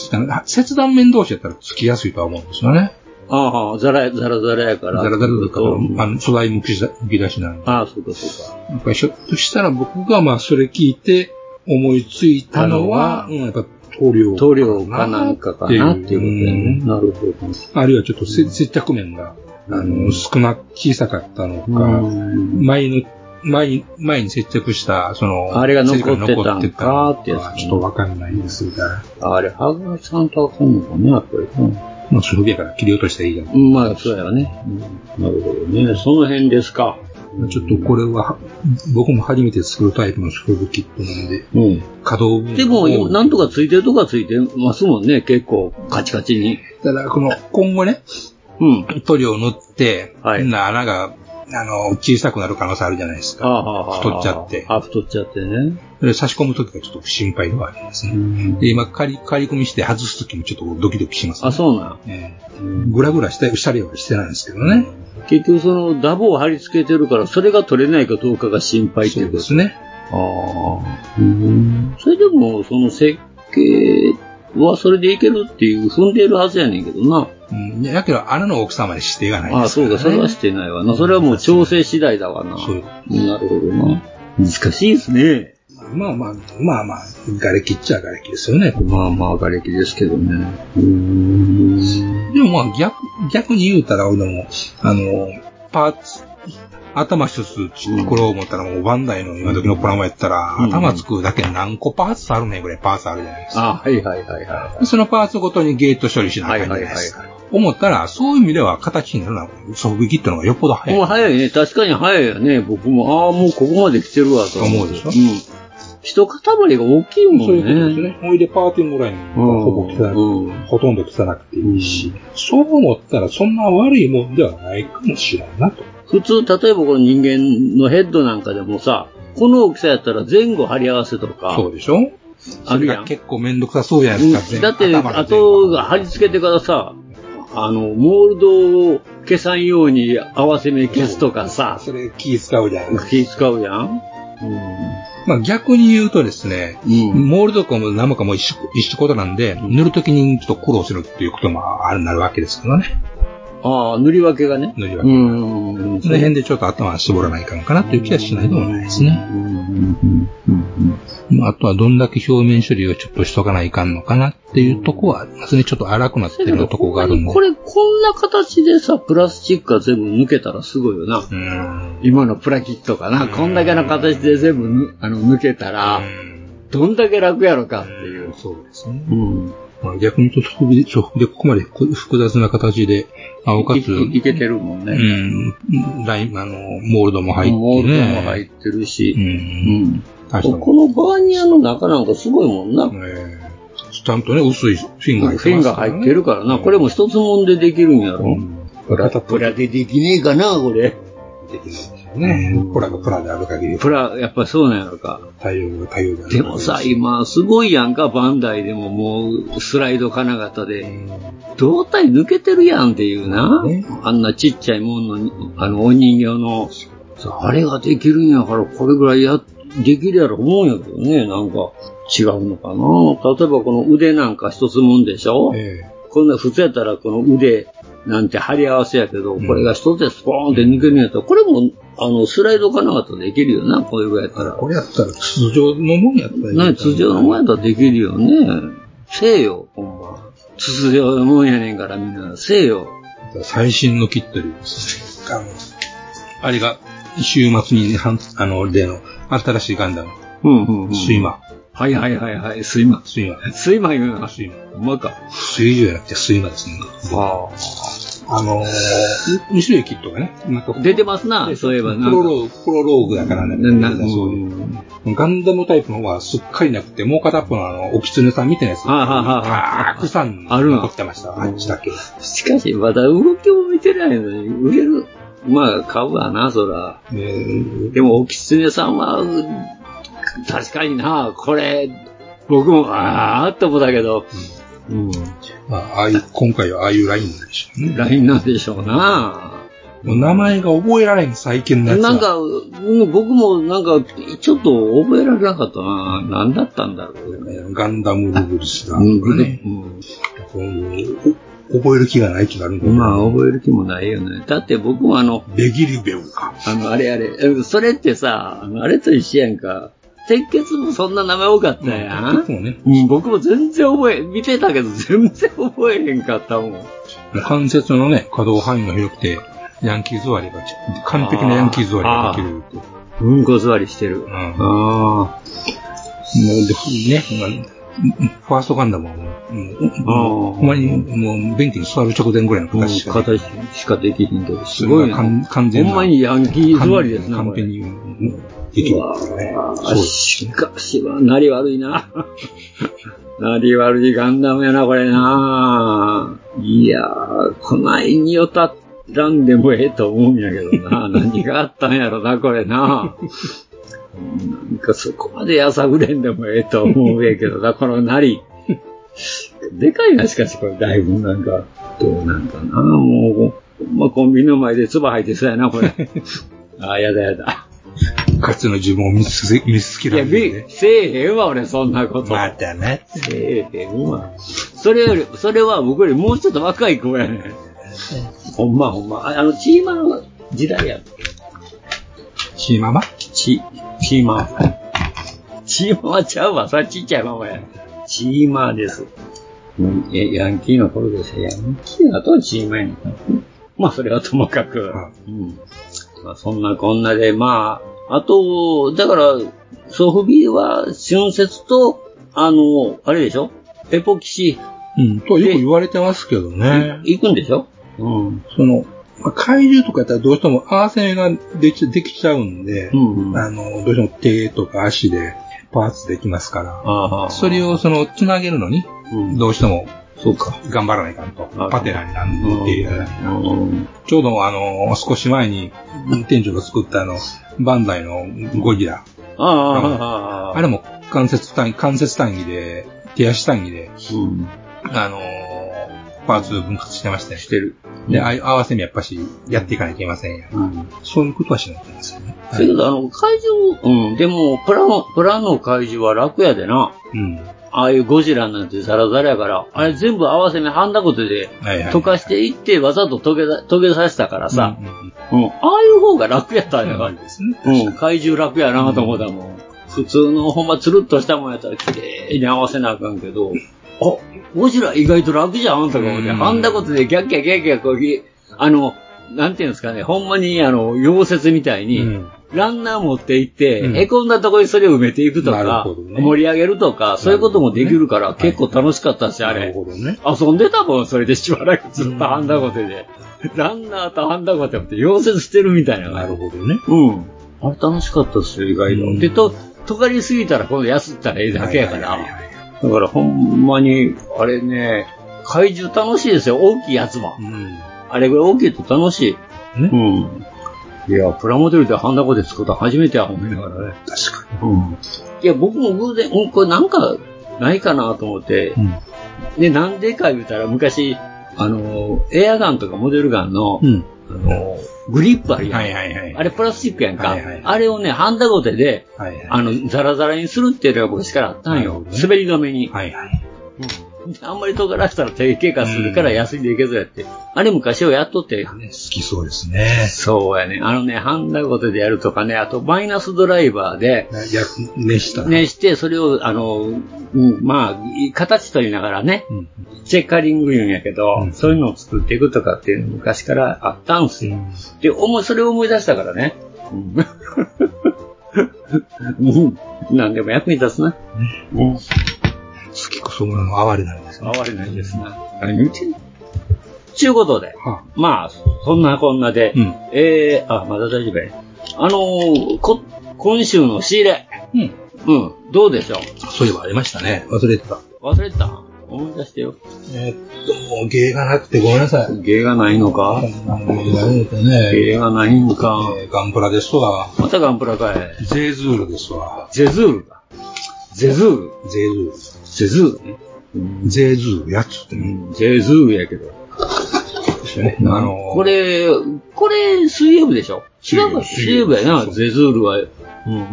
Speaker 10: 切断面同士やったらつきやすいとは思うんですよね。
Speaker 9: ああ、ザラ、ザラザラやから。
Speaker 10: ザラザラだから、あの、素材むきだむき出しなんで。
Speaker 9: ああ、そうかそう
Speaker 10: か。やっぱりひょっとしたら僕がまあ、それ聞いて思いついたのは、うん、やっぱ塗料。
Speaker 9: 塗料かなんかかなっていうことだね。なるほ
Speaker 10: ど。あるいはちょっと接接着面が、あの、少な、小さかったのか、前の、前に、前に接着した、その、
Speaker 9: あれが残ってたんかってや
Speaker 10: つ。ちょっとわかんないですが。
Speaker 9: あれ、ハグさんと遊んのかね、やっぱり。
Speaker 10: まあ、その上から切り落としたらいいやん。
Speaker 9: うん、まあ、そうやね、うん。なるほどね。その辺ですか。
Speaker 10: ちょっとこれは、僕も初めて作るタイプのスクールキットなんで、
Speaker 9: うん、
Speaker 10: 可動
Speaker 9: でも、なんとかついてるとかついてますもんね、結構、カチカチに。
Speaker 10: ただ、この、今後ね、
Speaker 9: うん、
Speaker 10: 塗料を塗って、はい、な穴が、あの、小さくなる可能性あるじゃないですか。
Speaker 9: あ
Speaker 10: あ太っちゃって。
Speaker 9: あ、太っちゃってね。
Speaker 10: 差し込むときがちょっと心配ではありますね。で、今、刈り、刈り込みして外すときもちょっとドキドキします、
Speaker 9: ね、あ、そうな
Speaker 10: ええー。ぐらぐらしたり、したりはしてないんですけどね。
Speaker 9: 結局その、ダボを貼り付けてるから、それが取れないかどうかが心配っていうこと
Speaker 10: ですね。
Speaker 9: ああ。うん。それでも、その設計はそれでいけるっていう踏んでいるはずやねんけどな。
Speaker 10: うん。やけど、穴の奥さまで指定がないです、ね、
Speaker 9: あそうか、それはしてないわな。それはもう調整次第だわな。
Speaker 10: そう
Speaker 9: なるほどな。難しいですね。
Speaker 10: まあまあ、まあまあ、瓦礫っちゃ瓦礫ですよね。
Speaker 9: まあまあ、瓦礫ですけどね。
Speaker 10: でもまあ、逆、逆に言うたら、俺も、あの、パーツ、頭一つ作ろう思ったら、もうバンダイの今時のプラモやったら、頭作るだけ何個パーツあるねんぐらいパーツあるじゃないですか。
Speaker 9: あ、はいはいはいはい。
Speaker 10: そのパーツごとにゲート処理しなきゃいけないです。はいはいはい思ったら、そういう意味では形になるのは、装備切ったのがよっぽど早い。
Speaker 9: もう早いね。確かに早いよね。僕も、ああ、もうここまで来てるわ、と
Speaker 10: 思うでしょ。うん
Speaker 9: 一塊が大きいもんね。
Speaker 10: そういうことですね。ほいでパーティーぐらいにほぼ汚く、うん、ほとんど汚くていいし、そう思ったらそんな悪いもんではないかもしれんなと。
Speaker 9: 普通、例えばこの人間のヘッドなんかでもさ、この大きさやったら前後張り合わせとか。
Speaker 10: そうでしょあれが結構めんどくさそうじゃないです
Speaker 9: か。だって、後が貼り付けてからさ、あの、モールドを消さんように合わせ目消すとかさ。
Speaker 10: それ気使うじゃん。
Speaker 9: 気使うじゃん。
Speaker 10: うん、まあ逆に言うとですね、うん、モールドかも生かも一緒一緒ことなんで、うん、塗るときにちょっと苦労するっていうこともあるなるわけですからね。
Speaker 9: ああ、塗り分けがね。
Speaker 10: 塗り分け。うんその辺でちょっと頭絞らないかんかなという気はしないでもないですね。まあ、あとはどんだけ表面処理をちょっとしとかないかんのかなっていうとこはありますね。ちょっと荒くなってるとこがあるんで。
Speaker 9: これ、こんな形でさ、プラスチックが全部抜けたらすごいよな。
Speaker 10: うん
Speaker 9: 今のプラキットかな。こんだけの形で全部ぬあの抜けたら、どんだけ楽やろかっていう。
Speaker 10: うそうですね。うんまあ、逆に言うと、ソフビで、ソフでここまで複雑な形で、なおかつ、
Speaker 9: いけてるもんね。
Speaker 10: うん。ライン、あの、モールドも入ってね。
Speaker 9: モールドも入ってるし、
Speaker 10: うん。
Speaker 9: うん、このバーニアの中なんかすごいもんな。
Speaker 10: えー、ちゃんとね、薄いフィンが入
Speaker 9: る、ね、
Speaker 10: って
Speaker 9: フィンが入ってるからな。これも一つもんでできるんやろ。うん、プラ、プラでできねえかな、これ。
Speaker 10: できないですよね。プラがプラである限り。
Speaker 9: プラ、やっぱそうなんやろか。
Speaker 10: 対応が対応が
Speaker 9: でもさ、今、すごいやんか、バンダイでももう、スライド金型で。胴体抜けてるやんっていうな。あんなちっちゃいもんの、あの、お人形の。あれができるんやから、これぐらいや、できるやろ思うんやけどね、なんか、違うのかな。例えばこの腕なんか一つもんでしょ、
Speaker 10: ええ、
Speaker 9: こんな普通やったらこの腕、なんて貼り合わせやけど、これが一つでスポーンって抜けるんやったら、これも、あの、スライドかなかったらできるよな、こういうぐらいやったら。
Speaker 10: これやったら通常のもんやったら
Speaker 9: ね、通常のもんやったらできるよね。せえよ、ほんま。通常のもんやねんからみんな、せえよ。
Speaker 10: 最新のキットで、あの、あれが、週末に、ね、あの、例の、新しいガンダム。
Speaker 9: うんうんうん。
Speaker 10: 睡魔。
Speaker 9: はいはいはいはい、睡魔。
Speaker 10: 睡魔。
Speaker 9: 睡魔言うな。
Speaker 10: 睡魔。
Speaker 9: ほんまか。
Speaker 10: 水上じゃなくて睡魔ですね。
Speaker 9: あ
Speaker 10: あ。あのー、2種類キットがね、
Speaker 9: 出てますな、そういえば
Speaker 10: な。プロローグ、プロローグだからね。
Speaker 9: なんか
Speaker 10: そういう。ガンダムタイプの方はすっかりなくて、もう片っぽのあの、おきつねさんみたいなやつ。
Speaker 9: た
Speaker 10: くさん
Speaker 9: ある
Speaker 10: 残ってました。あっちだけ。
Speaker 9: しかし、まだ動きも見てないのに、売れる、まあ、買うわな、そら。えーでも、お狐さんは、うん確かにな、これ、僕も、ああ、と思ったけど、うん。
Speaker 10: まあ、ああいう、今回はああいうラインなんでしょうね。
Speaker 9: ラインなんでしょうな。
Speaker 10: もう名前が覚えられん、最近のやつは
Speaker 9: なんか、うん僕もなんか、ちょっと覚えられなかったな。何だったんだろうね。
Speaker 10: ガンダムルブルスだとかね。お覚える気がない気があるんだ
Speaker 9: まあ、覚える気もないよね。だって僕もあの、
Speaker 10: ベギリベウか。
Speaker 9: あの、あれあれ、えそれってさ、あのあれと一緒やんか。鉄血もそんな名前多かったやん。
Speaker 10: 僕もね、
Speaker 9: うん僕も全然覚え、見てたけど全然覚えへんかったもん。
Speaker 10: 関節のね、可動範囲が広くて、ヤンキー座りがち、完璧なヤンキー座りができるって。
Speaker 9: うんこ座りしてる。あ
Speaker 10: もうでね、うんファーストガンダムはもう、うんうん
Speaker 9: あー
Speaker 10: ほんまにもうベンチに座る直前ぐらいの
Speaker 9: あ。もう
Speaker 10: 形しか、
Speaker 9: 形しかできひんけど、すごいな。
Speaker 10: それが完完全な
Speaker 9: ほんまにヤンキー座りですね。こ
Speaker 10: 完
Speaker 9: れ
Speaker 10: 璧にうんできるっていうね。
Speaker 9: あしかしは、なり悪い
Speaker 10: [laughs]
Speaker 9: な。なり悪いガンダムやな、これな。いやー、こないによたらんでもええと思うんやけど
Speaker 10: [laughs]
Speaker 9: な。何があったんやろな、これな。うんなんかそこまでやさぐれんでもええと思うんやけどな、このなり。でかいな、しかしこれ、だいぶなんか、どうなんかな。もう、まあ、コンビニの前で唾吐いてそうやな、
Speaker 10: [laughs]
Speaker 9: これ。ああ、やだやだ。
Speaker 10: かつての自分を見つけ見つけ
Speaker 9: い
Speaker 10: ら
Speaker 9: や、
Speaker 10: れる
Speaker 9: び
Speaker 10: ね。
Speaker 9: せえへんわ、俺、そんなこと。
Speaker 10: またね。
Speaker 9: せえへんわ。それより、それは僕よりもうちょっと若い子やねん。ほんまほんま。ああの、チーマの時代やん。
Speaker 10: チーママ
Speaker 9: チ、チーマ。チーマはちゃうわ。それちっちゃいママや。チーマです。うんえ、ヤンキーの頃ですよ。ヤンキーの後はチーマやねんな。まあ、それはともかく。うん。まあ、そんなこんなで、まあ、あと、だから、ソフビは春節と、あの、あれでしょエポキシ
Speaker 10: うん、とはよく言われてますけどね。
Speaker 9: 行くんでしょうん。
Speaker 10: その、まあ怪獣とかやったらどうしても合わせができできちゃうんで、あの、どうしても手とか足でパーツできますから、
Speaker 9: ああ。
Speaker 10: それをその、つなげるのに、どうしても、そうか。頑張らないかんと。パテラになって、ちょうどあの、少し前に、店長が作ったあの、バンダイのゴジラ。
Speaker 9: あああああ
Speaker 10: あれも関節単位、関節単位で、手足単位で、あのーパーツ分割してましたよ。して
Speaker 9: る。
Speaker 10: で、あい合わせにやっぱし、やっていかなきゃいけませんや。そういうことはしなきゃいけないですよね。
Speaker 9: だけど、あの、怪獣、うん、でも、プラの、プラの怪獣は楽やでな。
Speaker 10: うん。
Speaker 9: ああいうゴジラなんてザラザラやから、あれ全部合わせ目はんだことで、
Speaker 10: はいはい。
Speaker 9: 溶かしていって、わざと溶けだ、溶けさせたからさ、うんああいう方が楽やったんやから、うん、怪獣楽やなと思ったもん。普通のほんまつるっとしたもんやったら綺麗に合わせなあかんけど、あ、ゴジラ意外と楽じゃんとか思って、
Speaker 10: うん
Speaker 9: あんだことでギャッギャギャッギャこうぎ、あの、なんていうんですかね、ほんまにあの、溶接みたいに、ランナー持って行って、
Speaker 10: うん
Speaker 9: へこんだとこにそれを埋めていくと
Speaker 10: なる
Speaker 9: か、
Speaker 10: ほどね
Speaker 9: 盛り上げるとか、そういうこともできるから、結構楽しかったし、あれ。遊んでたもん、それでしばらくずっとハンダゴテで。ランナーとハンダゴテって溶接してるみたいな。なる
Speaker 10: ほどね。
Speaker 9: うん。あれ楽しかったっすよ、意外と。で、と、とがりすぎたら今度安ったらええだけやから。だからほんまに、あれね、怪獣楽しいですよ、大きいやつも。あれぐらい大きいと楽しい。うん。いや、プラモデルでハンダゴテ作ったの初めてや思いながらね。
Speaker 10: 確
Speaker 9: かに。うん。いや、僕も偶然、うん、これなんか、ないかなと思って、で、なんでか言うたら、昔、あの、エアガンとかモデルガンの、
Speaker 10: うん。
Speaker 9: あの、グリップあるやん。
Speaker 10: はいはいはい。
Speaker 9: あれプラスチックやんか。あれをね、ハンダゴテで、
Speaker 10: はいはい。
Speaker 9: あの、ザラザラにするっていうのが昔からあったんよ。滑り止めに。
Speaker 10: はいはい。
Speaker 9: あんまり尖らせたら低経過するから安いでいけずやって。あれ昔をやっとって。
Speaker 10: 好きそうですね。
Speaker 9: そうやね。あのね、ハンダゴテでやるとかね、あとマイナスドライバーで、
Speaker 10: や、熱したら。
Speaker 9: 熱して、それを、あの、うんまあ、形と言いながらね、チェッカリング言うんやけど、そういうのを作っていくとかっていうの昔からあったんすよ。で、おも、それを思い出したからね。 [laughs] うん。何でも役に立つな。うん。
Speaker 10: 好きこそもの哀れなんです。
Speaker 9: 哀れないですな。何言ってんのちゅうことで、まあ、そんなこんなで、えー、あ、まだ大丈夫や。あのーこ、今週の仕入れ。うん。どうでしょう
Speaker 10: そういえばありましたね。忘れてた。
Speaker 9: 忘れてた思い出してよ。
Speaker 10: えっと、芸がなくてごめんなさい。
Speaker 9: 芸がないのか
Speaker 10: 芸がねえとね。
Speaker 9: 芸がないんか。
Speaker 10: ガンプラですわ。
Speaker 9: またガンプラかい。
Speaker 10: ゼズールですわ。
Speaker 9: ゼズールだ。ゼズール。
Speaker 10: ゼズール。
Speaker 9: ゼズールね。
Speaker 10: ゼズールやっつってね。
Speaker 9: ゼズールやけど。
Speaker 10: ね、あの
Speaker 9: ー、これ、これ、水泳部でしょ違うか、水泳部やな、ゼズールは。う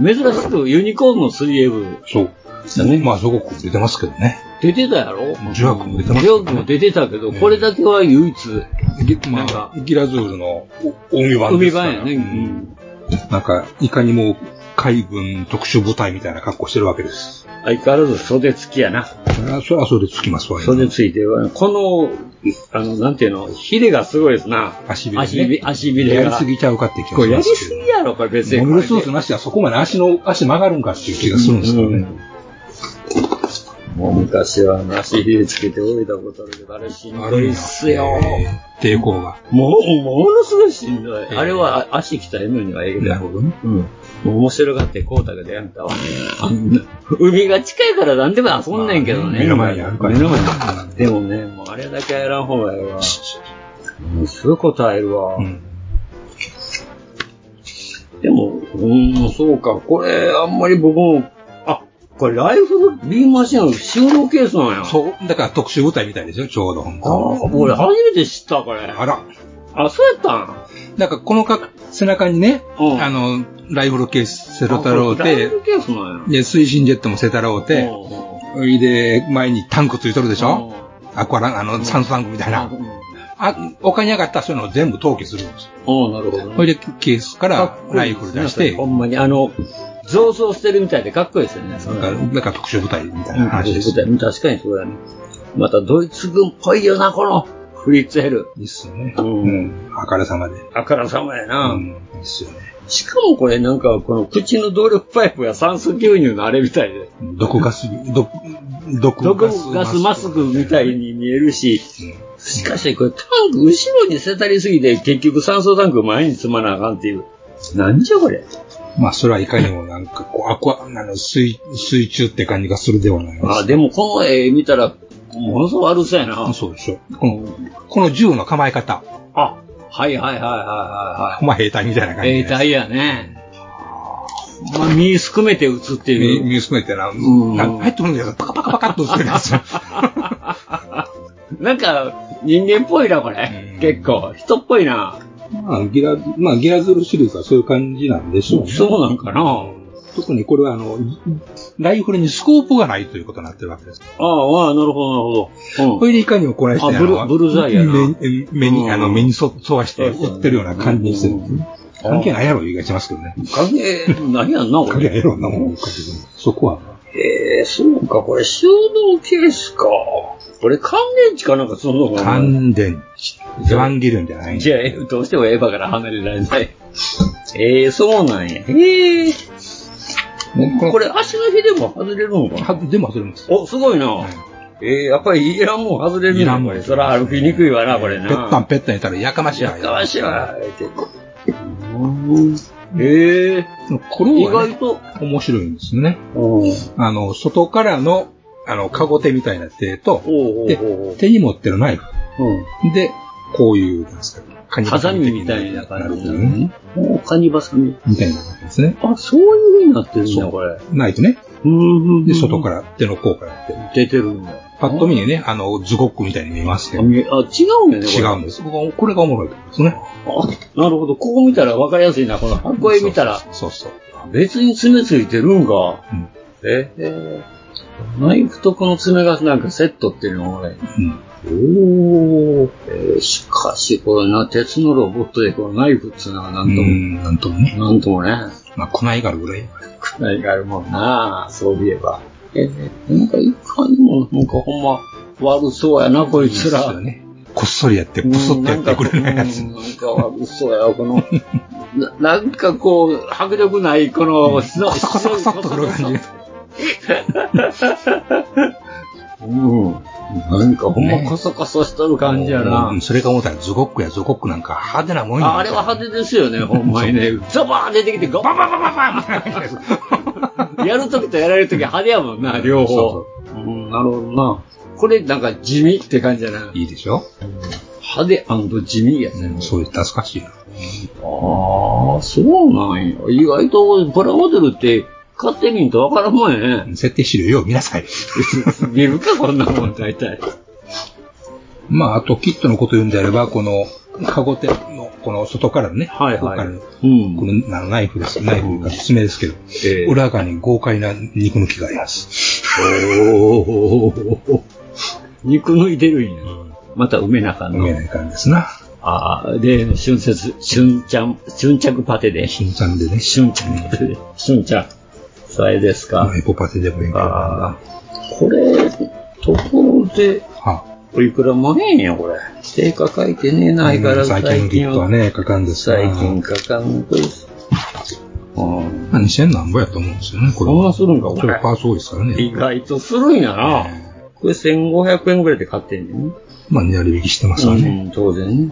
Speaker 9: ん、珍しくユニコーンの水泳部。
Speaker 10: そう。だね。まあ、すごく出てますけどね。
Speaker 9: 出てたやろ
Speaker 10: ジュアクも出てま
Speaker 9: ね。
Speaker 10: す、
Speaker 9: ジュアクも出てたけど、これだけは唯一。
Speaker 10: なんか、ギラズールの
Speaker 9: で
Speaker 10: 海版
Speaker 9: すから海版やね。うん。
Speaker 10: なんか、いかにも海軍特殊部隊みたいな格好してるわけです。
Speaker 9: 相変わらず袖付きやな。
Speaker 10: それは袖付きますわ
Speaker 9: よ。袖付いて、この、あの、なんていうの、ヒレがすごいですな。
Speaker 10: 足びれ、ね、
Speaker 9: 足びれが。
Speaker 10: やりすぎちゃうかって気がします
Speaker 9: これやりすぎやろ、これ別に。
Speaker 10: モルスーツなしはそこまで足の、足曲がるんかっていう気がするんですよね。
Speaker 9: もう昔は足ひれつけて泳いだことあるけど、あれしんどいっすよ。
Speaker 10: 抵抗が。
Speaker 9: もう、ものすごいしんどい。あれは足鍛えるのにはええけど。
Speaker 10: なるほどね。
Speaker 9: うん。面白がってこうたけどやんかは。海が近いから何でも遊んねんけどね。
Speaker 10: 目の前にあるから。
Speaker 9: 目の前にあ [laughs] る。でもね、もうあれだけやらん方がええわ。もうすぐ答えるわ。でも、うん、そうか。これ、あんまり僕もこれ、ライフルビーマシンの収納ケースなんや。
Speaker 10: そう、だから特殊部隊みたいですよ、ちょうど。
Speaker 9: ああ、俺初めて知った、これ。
Speaker 10: あら。
Speaker 9: あ、そうやったん
Speaker 10: だから、このか背中にね、うん、あの、ライフルケース、セロ太郎で、ラ
Speaker 9: イフルケースなんや。
Speaker 10: で、推進ジェットもセ太郎で、うん、で、前にタンクついとるでしょ、うん、アクアラン、あの、酸素タンクみたいな。あ、お金上がったそういうのを全部投棄するんですよ。
Speaker 9: おなるほど、ね。
Speaker 10: それで、ケースからライフル出して。いいね、
Speaker 9: ほんまに、あの、増装してるみたいでかっこいいですよね。
Speaker 10: なんか、特殊部隊みたいな話
Speaker 9: です。特殊部隊、確かにそうだね。またドイツ軍っぽいよな、このフリッツヘル。
Speaker 10: いいっすよね。うん。あからさまで。、
Speaker 9: あからさまやな。うん
Speaker 10: いいっすよね。
Speaker 9: しかもこれなんか、この口の動力パイプが酸素牛乳のあれみたいで。
Speaker 10: 毒ガス、毒、
Speaker 9: 毒ガスマスクみたいに見えるし、しかしこれタンク後ろにせたりすぎて結局酸素タンク前に積まなあかんっていう。なんじゃこれ。
Speaker 10: まあ、それはいかにもなんか、こう、アクア、あの、水、水中って感じがするではないです。
Speaker 9: あ、でもこの絵見たら、ものすごく悪そうやな。
Speaker 10: そうでしょ。この、この銃の構え方。
Speaker 9: あ、はいはいはいはいはい。
Speaker 10: まあ、兵隊みたいな感じ。
Speaker 9: 兵隊やね。まあ、身すくめて映ってる。
Speaker 10: 身すくめてな、うん、な入ってくるんだけど、パカパカパカっと映ってるん [laughs] ですよ。
Speaker 9: [laughs] なんか、人間っぽいな、これ。結構。人っぽいな。
Speaker 10: まあ、ギラ、まあ、ギラズルシリーズはそういう感じなんでしょうね。
Speaker 9: そうなんかな。
Speaker 10: 特にこれは、あの、ライフルにスコープがないということになってるわけです。
Speaker 9: ああ、ああ、なるほど、なるほど。
Speaker 10: これでいかにもこらして
Speaker 9: ブル、ブルザイやな。
Speaker 10: 目目に、あの、目に沿わして売ってるような感じにしてる。関係ないやろ、言いがしますけどね。
Speaker 9: 関係ないやんな、俺。
Speaker 10: 関係ないやろ、なもん。そこは。
Speaker 9: ええ、そうか、これ収納ケースか。これ乾電池かなんかそのか
Speaker 10: な乾電池。エヴァンゲリオンじゃない
Speaker 9: じゃあ、どうしてもエヴァから離れられない。ええー、そうなんや。ええー。これ足のひでも外れるのか
Speaker 10: なでも外れます。
Speaker 9: お、すごいな。はい、ええー、やっぱりいらんもん外れるんだ、これ。そら歩きにくいわな、これな。
Speaker 10: ぺったんぺったんいたらやかましいわ。
Speaker 9: やかましいわ。ええ
Speaker 10: ー。これは、ね、
Speaker 9: 意外と
Speaker 10: 面白いんですね。あの、外からのあの、カゴ手みたいな手と、で、手に持ってるナイフ。うん、で、こういう、なんですか、
Speaker 9: カニバサミみたいな感じだね。カニバサミ。
Speaker 10: みたいな感じですね。
Speaker 9: あ、そういう風になってるんだ、これ。
Speaker 10: ナイフね。で、外から手の甲から
Speaker 9: 出てるんだ。
Speaker 10: パッと見ね、あの、ズゴックみたいに見えますけど。あ、
Speaker 9: 違うんやね、
Speaker 10: 違うんです。これがおもろいですね。
Speaker 9: あ、なるほど。ここ見たら分かりやすいな、この箱絵見たら。
Speaker 10: そうそう。
Speaker 9: 別に爪ついてるんか。うん、ええナイフとこの爪がなんかセットっていうのがね、うん、おー、えー、しかし、これな、鉄のロボットでこのナイフっていうのはなんとも、
Speaker 10: なんともね。
Speaker 9: なんともね。
Speaker 10: まあ、こないがあるぐらい。
Speaker 9: こないがあるもんな、そういえば。えー、なんかいかにも、なんかほんま、悪そうやな、こいつら。そう
Speaker 10: ね。こっそりやって、こっそりやってくれないやつ。
Speaker 9: なんか悪そうや、この、ななんかこう、迫力ない、この、
Speaker 10: こそこそこそっとくる感じ。
Speaker 9: うん。なんかほんまこそこそしとる感じやな。
Speaker 10: うん、それか思ったらズゴックやズゴックなんか派手なもん
Speaker 9: やあれは派手ですよね、ほんまにね。ザバーン出てきて、ガバババババンやるときとやられるとき派手やもんな、両方。そうそううん、なるほどな。これなんか地味って感じじゃない
Speaker 10: [laughs] いいでしょ
Speaker 9: 派手地味やね。
Speaker 10: そういう懐かしいな。あ
Speaker 9: あ、そうなんや。意外とプラモデルって買ってみんとわからんもんやね。
Speaker 10: 設定資料よ、見なさい。
Speaker 9: 見るか、こんなもん、大体。
Speaker 10: まあ、あと、キットのこと言うんであれば、この、カゴ手の、この外からのね、
Speaker 9: はいはい。
Speaker 10: からの、うん、このあのナイフです。ナイフが爪ですけど、えー、裏側に豪快な肉抜きがあります。
Speaker 9: おー。肉抜いてるんや。また梅中の。
Speaker 10: 梅中ですな。
Speaker 9: ああ、例の春節、春ちゃん、春着パテで。
Speaker 10: 春ちゃんでね。
Speaker 9: 春ちゃんパテで。春ちゃん。それですか。
Speaker 10: エポパテでもいいか
Speaker 9: これ、ところで、はおいくらもねえんや、これ。定価書いてねえないから、
Speaker 10: 最近ギットはね、かかんです
Speaker 9: 最近かかんです。
Speaker 10: まあ、2000何ぼやと思うんですよね、これ。
Speaker 9: そんなするんか、こ
Speaker 10: れ。パーツ多いですからね。
Speaker 9: 意外とするんやな。これ1500円ぐらいで買ってんねん。
Speaker 10: まあ、値上げ引きしてますわね。
Speaker 9: うん、当然ね。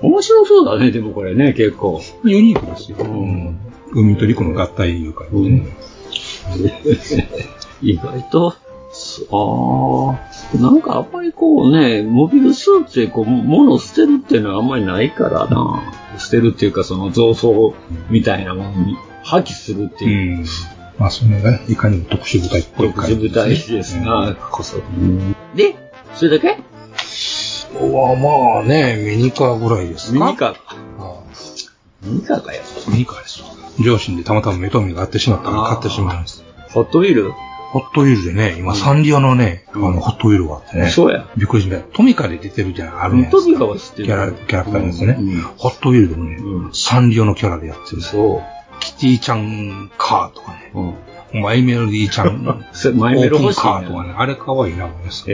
Speaker 9: 面白そうだね、でもこれね、結構。
Speaker 10: ユニークですよ。うん、海と陸の合体いうか、ね、うん、
Speaker 9: 意外と、ああ、なんかあんまりこうね、モビルスーツでこう、物を捨てるっていうのはあんまりないからな。捨てるっていうか、その増装みたいなものに破棄するっていう。うん
Speaker 10: まあ、それが、ね、いかにも特殊部隊っぽい
Speaker 9: 感じ、ね、特殊部隊ですな、こそ。で、それだけ
Speaker 10: はまあね、ミニカーぐらいです
Speaker 9: か。ミニカーか。ああミニカーかよ。
Speaker 10: ミニカーです。両親でたまたま目と目が合ってしまったので買ってしまいました。
Speaker 9: ホットウィール
Speaker 10: ホットウィールでね、今、サンリオのね、あの、ホットウィールがあってね。
Speaker 9: そうや。
Speaker 10: びっくりしました。トミカで出てるじゃん、あるね。
Speaker 9: トミカは知ってる。
Speaker 10: キャラ、キャラクターですね。ホットウィールでもね、サンリオのキャラでやってる。
Speaker 9: そう。
Speaker 10: キティちゃんカーとかね。マイメロディーちゃ [laughs] ん、
Speaker 9: マイメロディー
Speaker 10: カーとかね。あれ可愛いな、思います。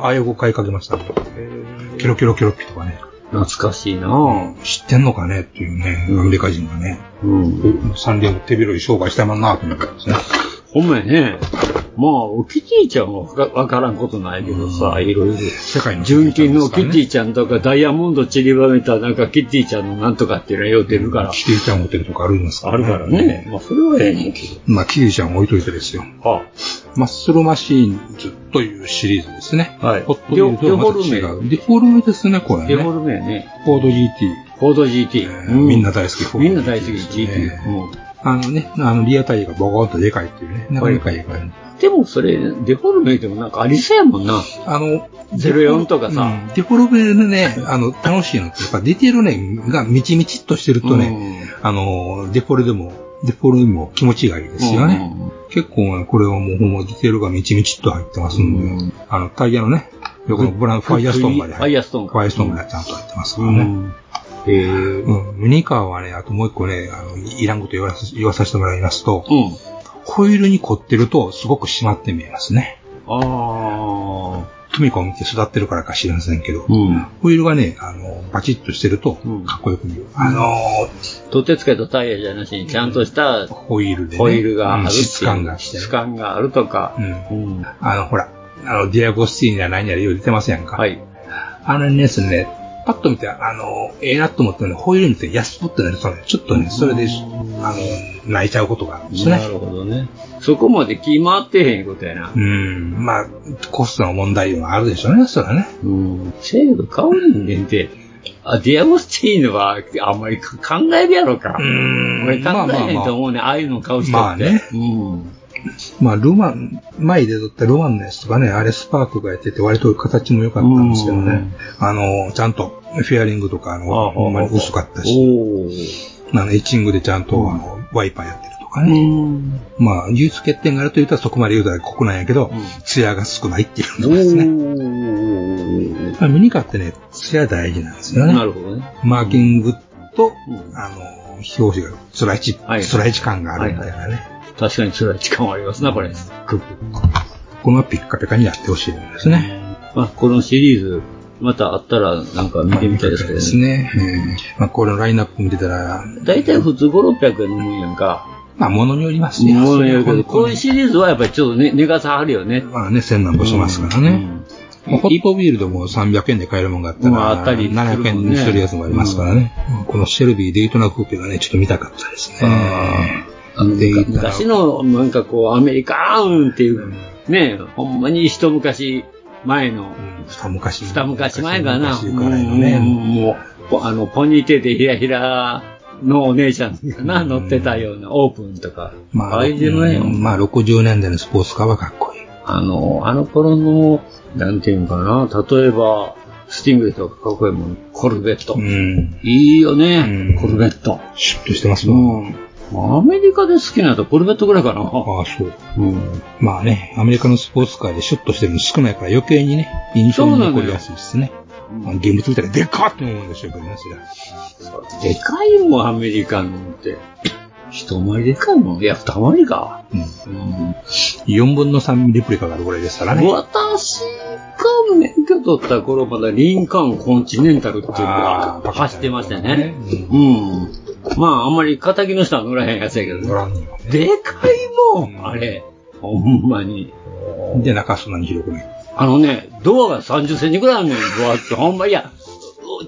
Speaker 10: ああいう子買いかけましたね。キロキロキロピとかね。
Speaker 9: 懐かしいな
Speaker 10: 知ってんのかねっていうね、アメリカ人がね。サンリオ手広い商売したまんなと思ったんですね。
Speaker 9: ほんまやね。まあ、キティちゃんはわからんことないけどさ、いろいろ。
Speaker 10: 世界の。
Speaker 9: 純金のキティちゃんとか、ダイヤモンド散りばめたなんかキティちゃんのなんとかっていうのはよう出るから。
Speaker 10: キティちゃんホテルとかあるんです
Speaker 9: かあるからね。まあ、それはええねんけ
Speaker 10: ど。まあ、キティちゃん置いといてですよ。
Speaker 9: は
Speaker 10: マッスルマシーンズというシリーズですね。
Speaker 9: はい。
Speaker 10: ホットウィールとはまた違う。デフォルメですね、これね。
Speaker 9: デフォルメやね。
Speaker 10: フォード GT。
Speaker 9: フォード GT。
Speaker 10: みんな大好き、
Speaker 9: みんな大好き、GT。
Speaker 10: あのね、あの、リアタイヤがボコンとでかいっていうね、なかなかでかい。
Speaker 9: でもそれ、デフォルメでもなんかありそうやもんな。
Speaker 10: あの、。
Speaker 9: 04とかさ、うん
Speaker 10: デフォルメの
Speaker 9: [laughs]
Speaker 10: ね、あの、楽しいのって、やっぱディテールね、がみちみちっとしてるとね、うん、あの、デフォルでも、デフォルでも気持ちがいいですよね。結構、これはもうほんまディテールがみちみちっと入ってますんで、うん、あの、タイヤのね、横のブランファイヤーストーンまで
Speaker 9: ファイヤーストーン。
Speaker 10: ファイヤーストーンまでちゃんと入ってますからね。えー、うん、ミニカーはね、あともう一個ね、あのいらんこと言わさ言わさせてもらいますと、
Speaker 9: うん、
Speaker 10: ホイールに凝ってるとすごく締まって見えますね。
Speaker 9: ああ。
Speaker 10: トミカを見て育ってるからか知りませんけど、
Speaker 9: うん、
Speaker 10: ホイールがね、あの、バチッとしてると、かっこよく見える。うん、あの
Speaker 9: ー、取ってつけたタイヤじゃなしに、ちゃんとした
Speaker 10: ホイールで、ね、
Speaker 9: ホイールがあるっていう。
Speaker 10: 質感が
Speaker 9: 質感があるとか、
Speaker 10: うん。あの、ほら、あの、ディアゴスティーニや何やらよう出てませんか。
Speaker 9: はい。
Speaker 10: あのですね、パッと見て、あの、ええー、なと思ったので、ホイールにて安っぽってなるとね、ちょっとね、それで、あの、泣いちゃうことがあるんですね。
Speaker 9: なるほどね。そこまで気回ってへんことやな。
Speaker 10: うん。まあ、コストの問題はあるでしょうね、そらね。
Speaker 9: うん。せやけど、顔人間って、あ、ディアゴスティーヌは、あんまり考えるやろか。
Speaker 10: うん。
Speaker 9: 俺考えへんと思うね、ああいうの顔して
Speaker 10: まあね。
Speaker 9: うん。
Speaker 10: まあ、ルマン、前で撮ったルマンのやつとかね、あれスパークがやってて、割と形も良かったんですけどね、あの、ちゃんとフェアリングとか、あの、ほんまに薄かったし、あの、エッチングでちゃんと、あの、ワイパーやってるとかね。まあ、唯一欠点があると言ったらそこまで言うたらここなんやけど、ツヤが少ないっていうのですね。まあ、ミニカーってね、ツヤ大事なんですよね。
Speaker 9: なるほどね。
Speaker 10: マーキングと、あの、表紙がスライチ、スライチ感があるみたいなね。
Speaker 9: 確かに辛い時間はありますな、これ。
Speaker 10: このピッカピカにやってほしいですね。
Speaker 9: まあ、このシリーズ、またあったらなんか見てみたいですけどね。
Speaker 10: ですね。まあ、これのラインナップ見てたら。
Speaker 9: 大体普通5、600円のもんやんか。
Speaker 10: まあ、ものによりますね。
Speaker 9: ものによるけど、こういうシリーズはやっぱりちょっとね、値が下がるよね。
Speaker 10: まあね、千何歩しますからね。ホットビールでも300円で買えるもんがあったら、700円にするやつもありますからね。このシェルビーデイトナクーペがね、ちょっと見たかったですね。
Speaker 9: 昔のなんかこうアメリカーンっていうね、ほんまに一昔前の、
Speaker 10: 二昔。
Speaker 9: 二昔前かな。
Speaker 10: 昔ぐらいのね
Speaker 9: うんもう、ポあの、ポニーテーでひらひらのお姉ちゃんかな、乗ってたような、オープンとか。
Speaker 10: まあ、
Speaker 9: ああいうね
Speaker 10: うんまあ、60年代のスポーツカーはかっこいい。
Speaker 9: あの、あの頃の、なんていうのかな、例えば、スティングレとかかっこいいもん、コルベット。いいよね、コルベット。
Speaker 10: シュッとしてます
Speaker 9: もん。アメリカで好きなとコルベットぐらいかな。あ
Speaker 10: あ、そう。まあね、アメリカのスポーツカーでシュッとしてるの少ないから余計にね、印象に残りやすいですね。まあ現物見たらでかっって思うんでしょうけどね、それは。
Speaker 9: でかいもん、アメリカのって。一回りでかいもん。いや、二回りか。
Speaker 10: 4分の3リプリカがあるぐらいですからね。
Speaker 9: 私が免許取った頃、まだリンカーンコンチネンタルっていうのが走ってましたよね。うん。まあ、あんまり敵の下は乗らへんやつやけど、でかいもん、あれ。ほんまに。
Speaker 10: で、中はそんなに広くない。
Speaker 9: あのね、ドアが30センチぐらいあるのよ、分厚く。ほんま、いや、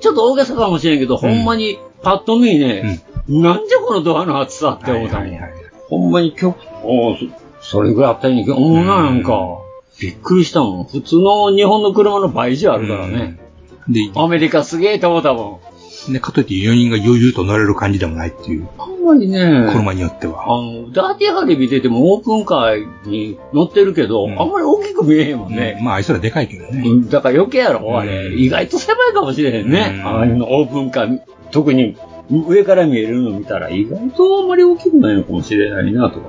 Speaker 9: ちょっと大げさかもしれんけど、ほんまに、パッと見ね、なんじゃこのドアの厚さって思ったもんほんまに今日、おーそそれぐらいあったんやけど、うん、なんか、びっくりしたもん。普通の日本の車の倍以上あるからね。
Speaker 10: で、
Speaker 9: アメリカすげえと思ったも
Speaker 10: で、かといって4人が余裕と乗れる感じでもないっていう、
Speaker 9: ん。あんまりね、
Speaker 10: 車によっては。
Speaker 9: あの、ダーティーハリビー出てもオープンカーに乗ってるけど、あんまり大きく見えへんもんね。
Speaker 10: まあ、あいつらでかいけどね。
Speaker 9: うんだから余計やろ、あれ。意外と狭いかもしれへんね。ああいうのオープンカー、特に上から見えるの見たら意外とあんまり大きくないのかもしれないなとか。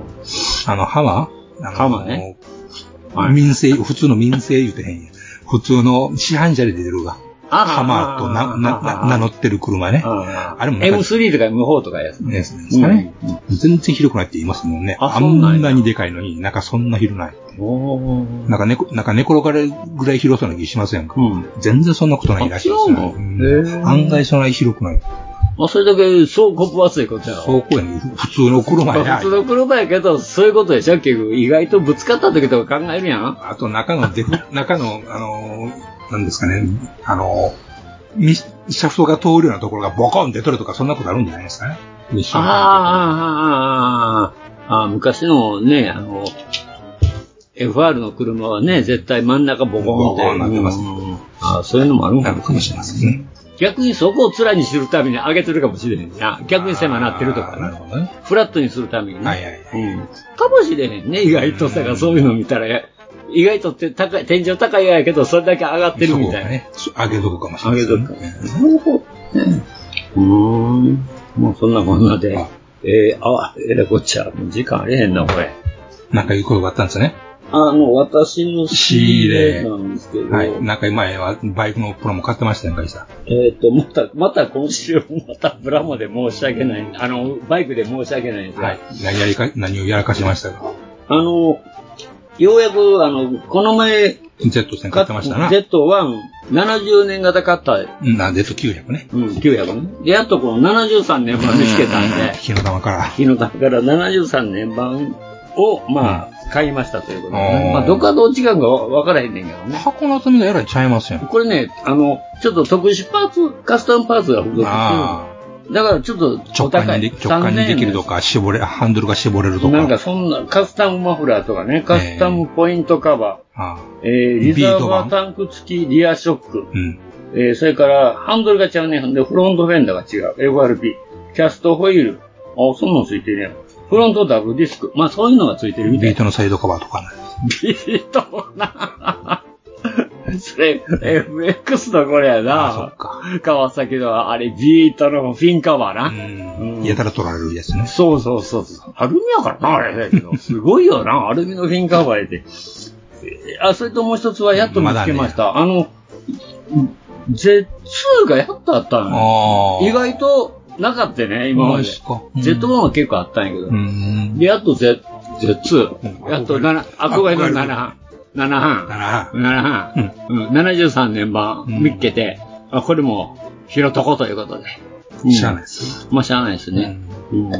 Speaker 10: あの、ハマーハ
Speaker 9: マーね。
Speaker 10: 民生、普通の民生言うてへんやん。普通の市販車で出てるが。
Speaker 9: あ
Speaker 10: ハマーとな、な、な名乗ってる車ね。あれもなんか
Speaker 9: M3 とか M4 とかやつね。
Speaker 10: ですね。全然広くないって言いますもんね。あんなにでかいのに、なんかそんな広ない。
Speaker 9: おー
Speaker 10: なんか寝こ、なんか寝転がるぐらい広そうな気しませんか、全然そんなことないらしいです
Speaker 9: あ
Speaker 10: ね。うん案外そんなに広くない。
Speaker 9: まあ、それだけ、そう、こっぱ厚いことやろ。
Speaker 10: そうこやね。普通の車や。
Speaker 9: 普通の車やけど、そういうことでしょ結局、意外とぶつかった時とか考えるやん。
Speaker 10: あと中のデフ、 [laughs] 中の、あのー、なんですかね、あのー、みシャフトが通るようなところがボコン出とるとか、そんなことあるんじゃないですかね。一緒に
Speaker 9: あーあーあーあーあーあー昔のね、あの、FR の車はね、絶対真ん中ボコンって。なってます。あーそういうのもあるんかもしれませんね。逆にそこを面にするために上げてるかもしれへんな。逆に狭なってるとかね。フラットにするためにね。うんかもしれへんね、意外とさ、そういうの見たら、意外とて高い、天井高いやけど、それだけ上がってるみたいな。
Speaker 10: 上げとくかもしれない、上げとく
Speaker 9: うーん。もうそんなこんなで。えー、あ、えらいこっちゃ。もう時間あれへんな、これ。
Speaker 10: なんかいうことがあったんですよね。
Speaker 9: あの、私の
Speaker 10: 仕入れ
Speaker 9: なんですけど、
Speaker 10: はい。なんか前はバイクのプロも買ってましたね、会社。
Speaker 9: えっ、と、また、また今週、またブラモで申し訳ない、あの、バイクで申し訳ないんですが、
Speaker 10: はい。何やりか、何をやらかしましたか
Speaker 9: あの、ようやく、あの、この前、
Speaker 10: ?Z 線買ってましたな。
Speaker 9: Z1、70年型買った、
Speaker 10: うん、あ Z900 ね。
Speaker 9: うん、900ね。で、やっとこの73年版見つけたんで、
Speaker 10: 火の玉から。
Speaker 9: 昨日だから73年版を、まあ、買いましたということで、
Speaker 10: あ
Speaker 9: ね
Speaker 10: ー
Speaker 9: まあ、どっかどっちかが分からへんねんけどね。
Speaker 10: 箱の厚みがえらいちゃいますよ。
Speaker 9: これね、あの、ちょっと特殊パーツ、カスタムパーツが付属してる
Speaker 10: あ
Speaker 9: のだからちょっとお
Speaker 10: 直
Speaker 9: 高
Speaker 10: 感
Speaker 9: い。
Speaker 10: にで直感にできると
Speaker 9: か。
Speaker 10: か、絞れ、ハンドルが絞れると
Speaker 9: なん
Speaker 10: か。
Speaker 9: かそんな、カスタムマフラーとかね、カスタムポイントカバ
Speaker 10: ああ
Speaker 9: ー、えーリザ
Speaker 10: ビー
Speaker 9: ー
Speaker 10: ト
Speaker 9: バ
Speaker 10: 板
Speaker 9: ータンク付きリアショック、
Speaker 10: うん。
Speaker 9: えーそれからハンドルが違うね。で、フロントフェンダーが違う。FRP。キャストホイール。あ、そんなのついてるやん。フロントダブルディスク。まあそういうのがついてるみたい
Speaker 10: ビートのサイドカバーとかね。
Speaker 9: ビートな。 [laughs] それ、FX のこれやな。川崎の、あれ、ビートのフィンカバーな。うん
Speaker 10: やたら取られるやつね。
Speaker 9: そうそうそうそう。アルミやからな、あれだけ [laughs] ど。すごいよな、アルミのフィンカバーやで。あ、それともう一つは、やっと見つけました。あの、Z2 がやっとあったのよ。意外となかったね、今まで。Z1 は結構あったんやけど。で、やっと Z、Z2。やっと7、憧れの7半。7半。7半。うん。73年版見っけて、あ、これも拾っとこうということで。
Speaker 10: しゃあない
Speaker 9: です。まあ、しゃあないですね。うん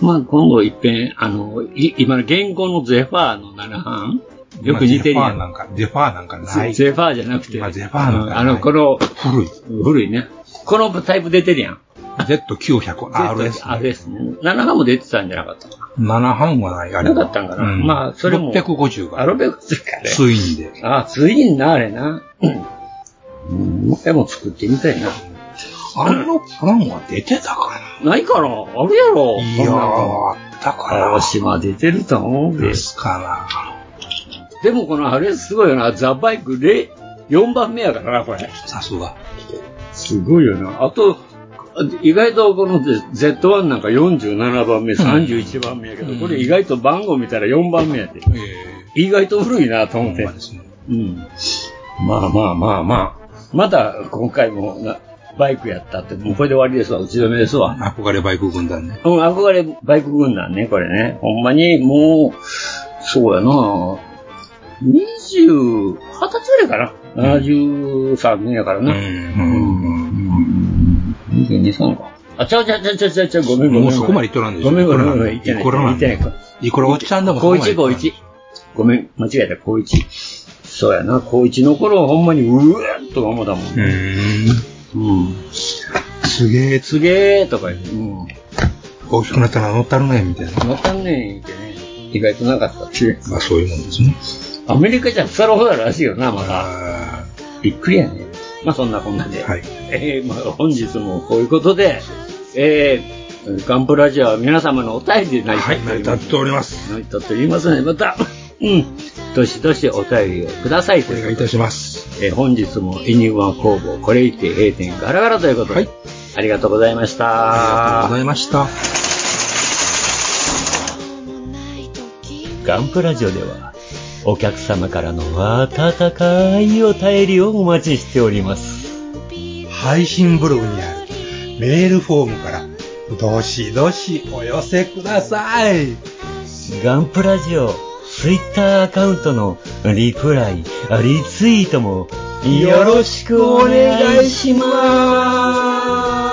Speaker 9: まあ、今度いっぺん、あの、い今の現行のゼファーの7半よく似てるやん。
Speaker 10: まあデファーなんか、デファーなんかない。
Speaker 9: ゼファーじゃなくて。
Speaker 10: ゼファーなんかない
Speaker 9: あの、この、
Speaker 10: 古い。
Speaker 9: 古いね。このタイプ出てるやん。
Speaker 10: Z900RS。
Speaker 9: RS ね。7班も出てたんじゃなかったか
Speaker 10: 7班はない、あ
Speaker 9: な。
Speaker 10: れは。
Speaker 9: なかったんかな。
Speaker 10: うん
Speaker 9: まあ、それも。
Speaker 10: 650が。
Speaker 9: あ、650かね。
Speaker 10: ツインで。
Speaker 9: ああ、ツインな、あれな。うん。もう一回も作ってみたいな。
Speaker 10: あのパンは出てたか
Speaker 9: ないかなあるやろ。
Speaker 10: いやー、あったかな。
Speaker 9: 島出てると思うで。
Speaker 10: ですか
Speaker 9: でもこのあれすごいよな。ザ・バイクで4番目やからな、これ。
Speaker 10: な。さすが。
Speaker 9: すごいよな。あと、意外とこの Z1 なんか47番目、31番目やけど、これ意外と番号見たら4番目やで。意外と古いなと思って。うん。まあまあまあまあ。まだ今回もなバイクやったって、もうこれで終わりですわ。打ち止めですわ。
Speaker 10: 憧れバイク軍団ね。
Speaker 9: うん、憧れバイク軍団ね、これね。ほんまに、もう、そうやな二十、二十歳ぐらいかな。73年やからな。22、3か。あ、ちゃうちゃうちゃうちゃうちゃうちゃう、ごめんごめん。
Speaker 10: もうそこまで行っとらんでしょ。
Speaker 9: ごめんごめんご
Speaker 10: こ
Speaker 9: め
Speaker 10: れ
Speaker 9: ん。
Speaker 10: なん
Speaker 9: 行ってない。
Speaker 10: いくらなん
Speaker 9: 行ってない
Speaker 10: だ
Speaker 9: か。
Speaker 10: いくらおっちゃんでも
Speaker 9: 高一、高一。ごめん、間違えた、高一。そうやな、高一の頃はほんまに、うわーっとままだもんね。うん。
Speaker 10: すげえ、
Speaker 9: すげえとか言って、うん。
Speaker 10: 大きくなったら乗ったるね、みたいな。
Speaker 9: またね、言ってね。意外となかったっていう。
Speaker 10: まあそういうもんですね。
Speaker 9: アメリカじゃ腐るほどらしいよな、まだ。びっくりやね。まあそんなこんなで。えーまあ本日もこういうことで、えー、ガンプラジオは皆様のお便りで成り立っております。成り立っております。成り立っておりますので、また、うん、どしどしお便りをくださいお願いいたします。えー本日もエニワン工房、これにて閉店ガラガラということで、ありがとうございました。ありがとうございました。
Speaker 15: ガンプラジオでは、お客様からの温かいお便りをお待ちしております。
Speaker 8: 配信ブログにあるメールフォームから、どしどしお寄せください。
Speaker 15: ガンプラジオ、ツイッターアカウントのリプライ、リツイートもよろしくお願いします。
Speaker 8: します。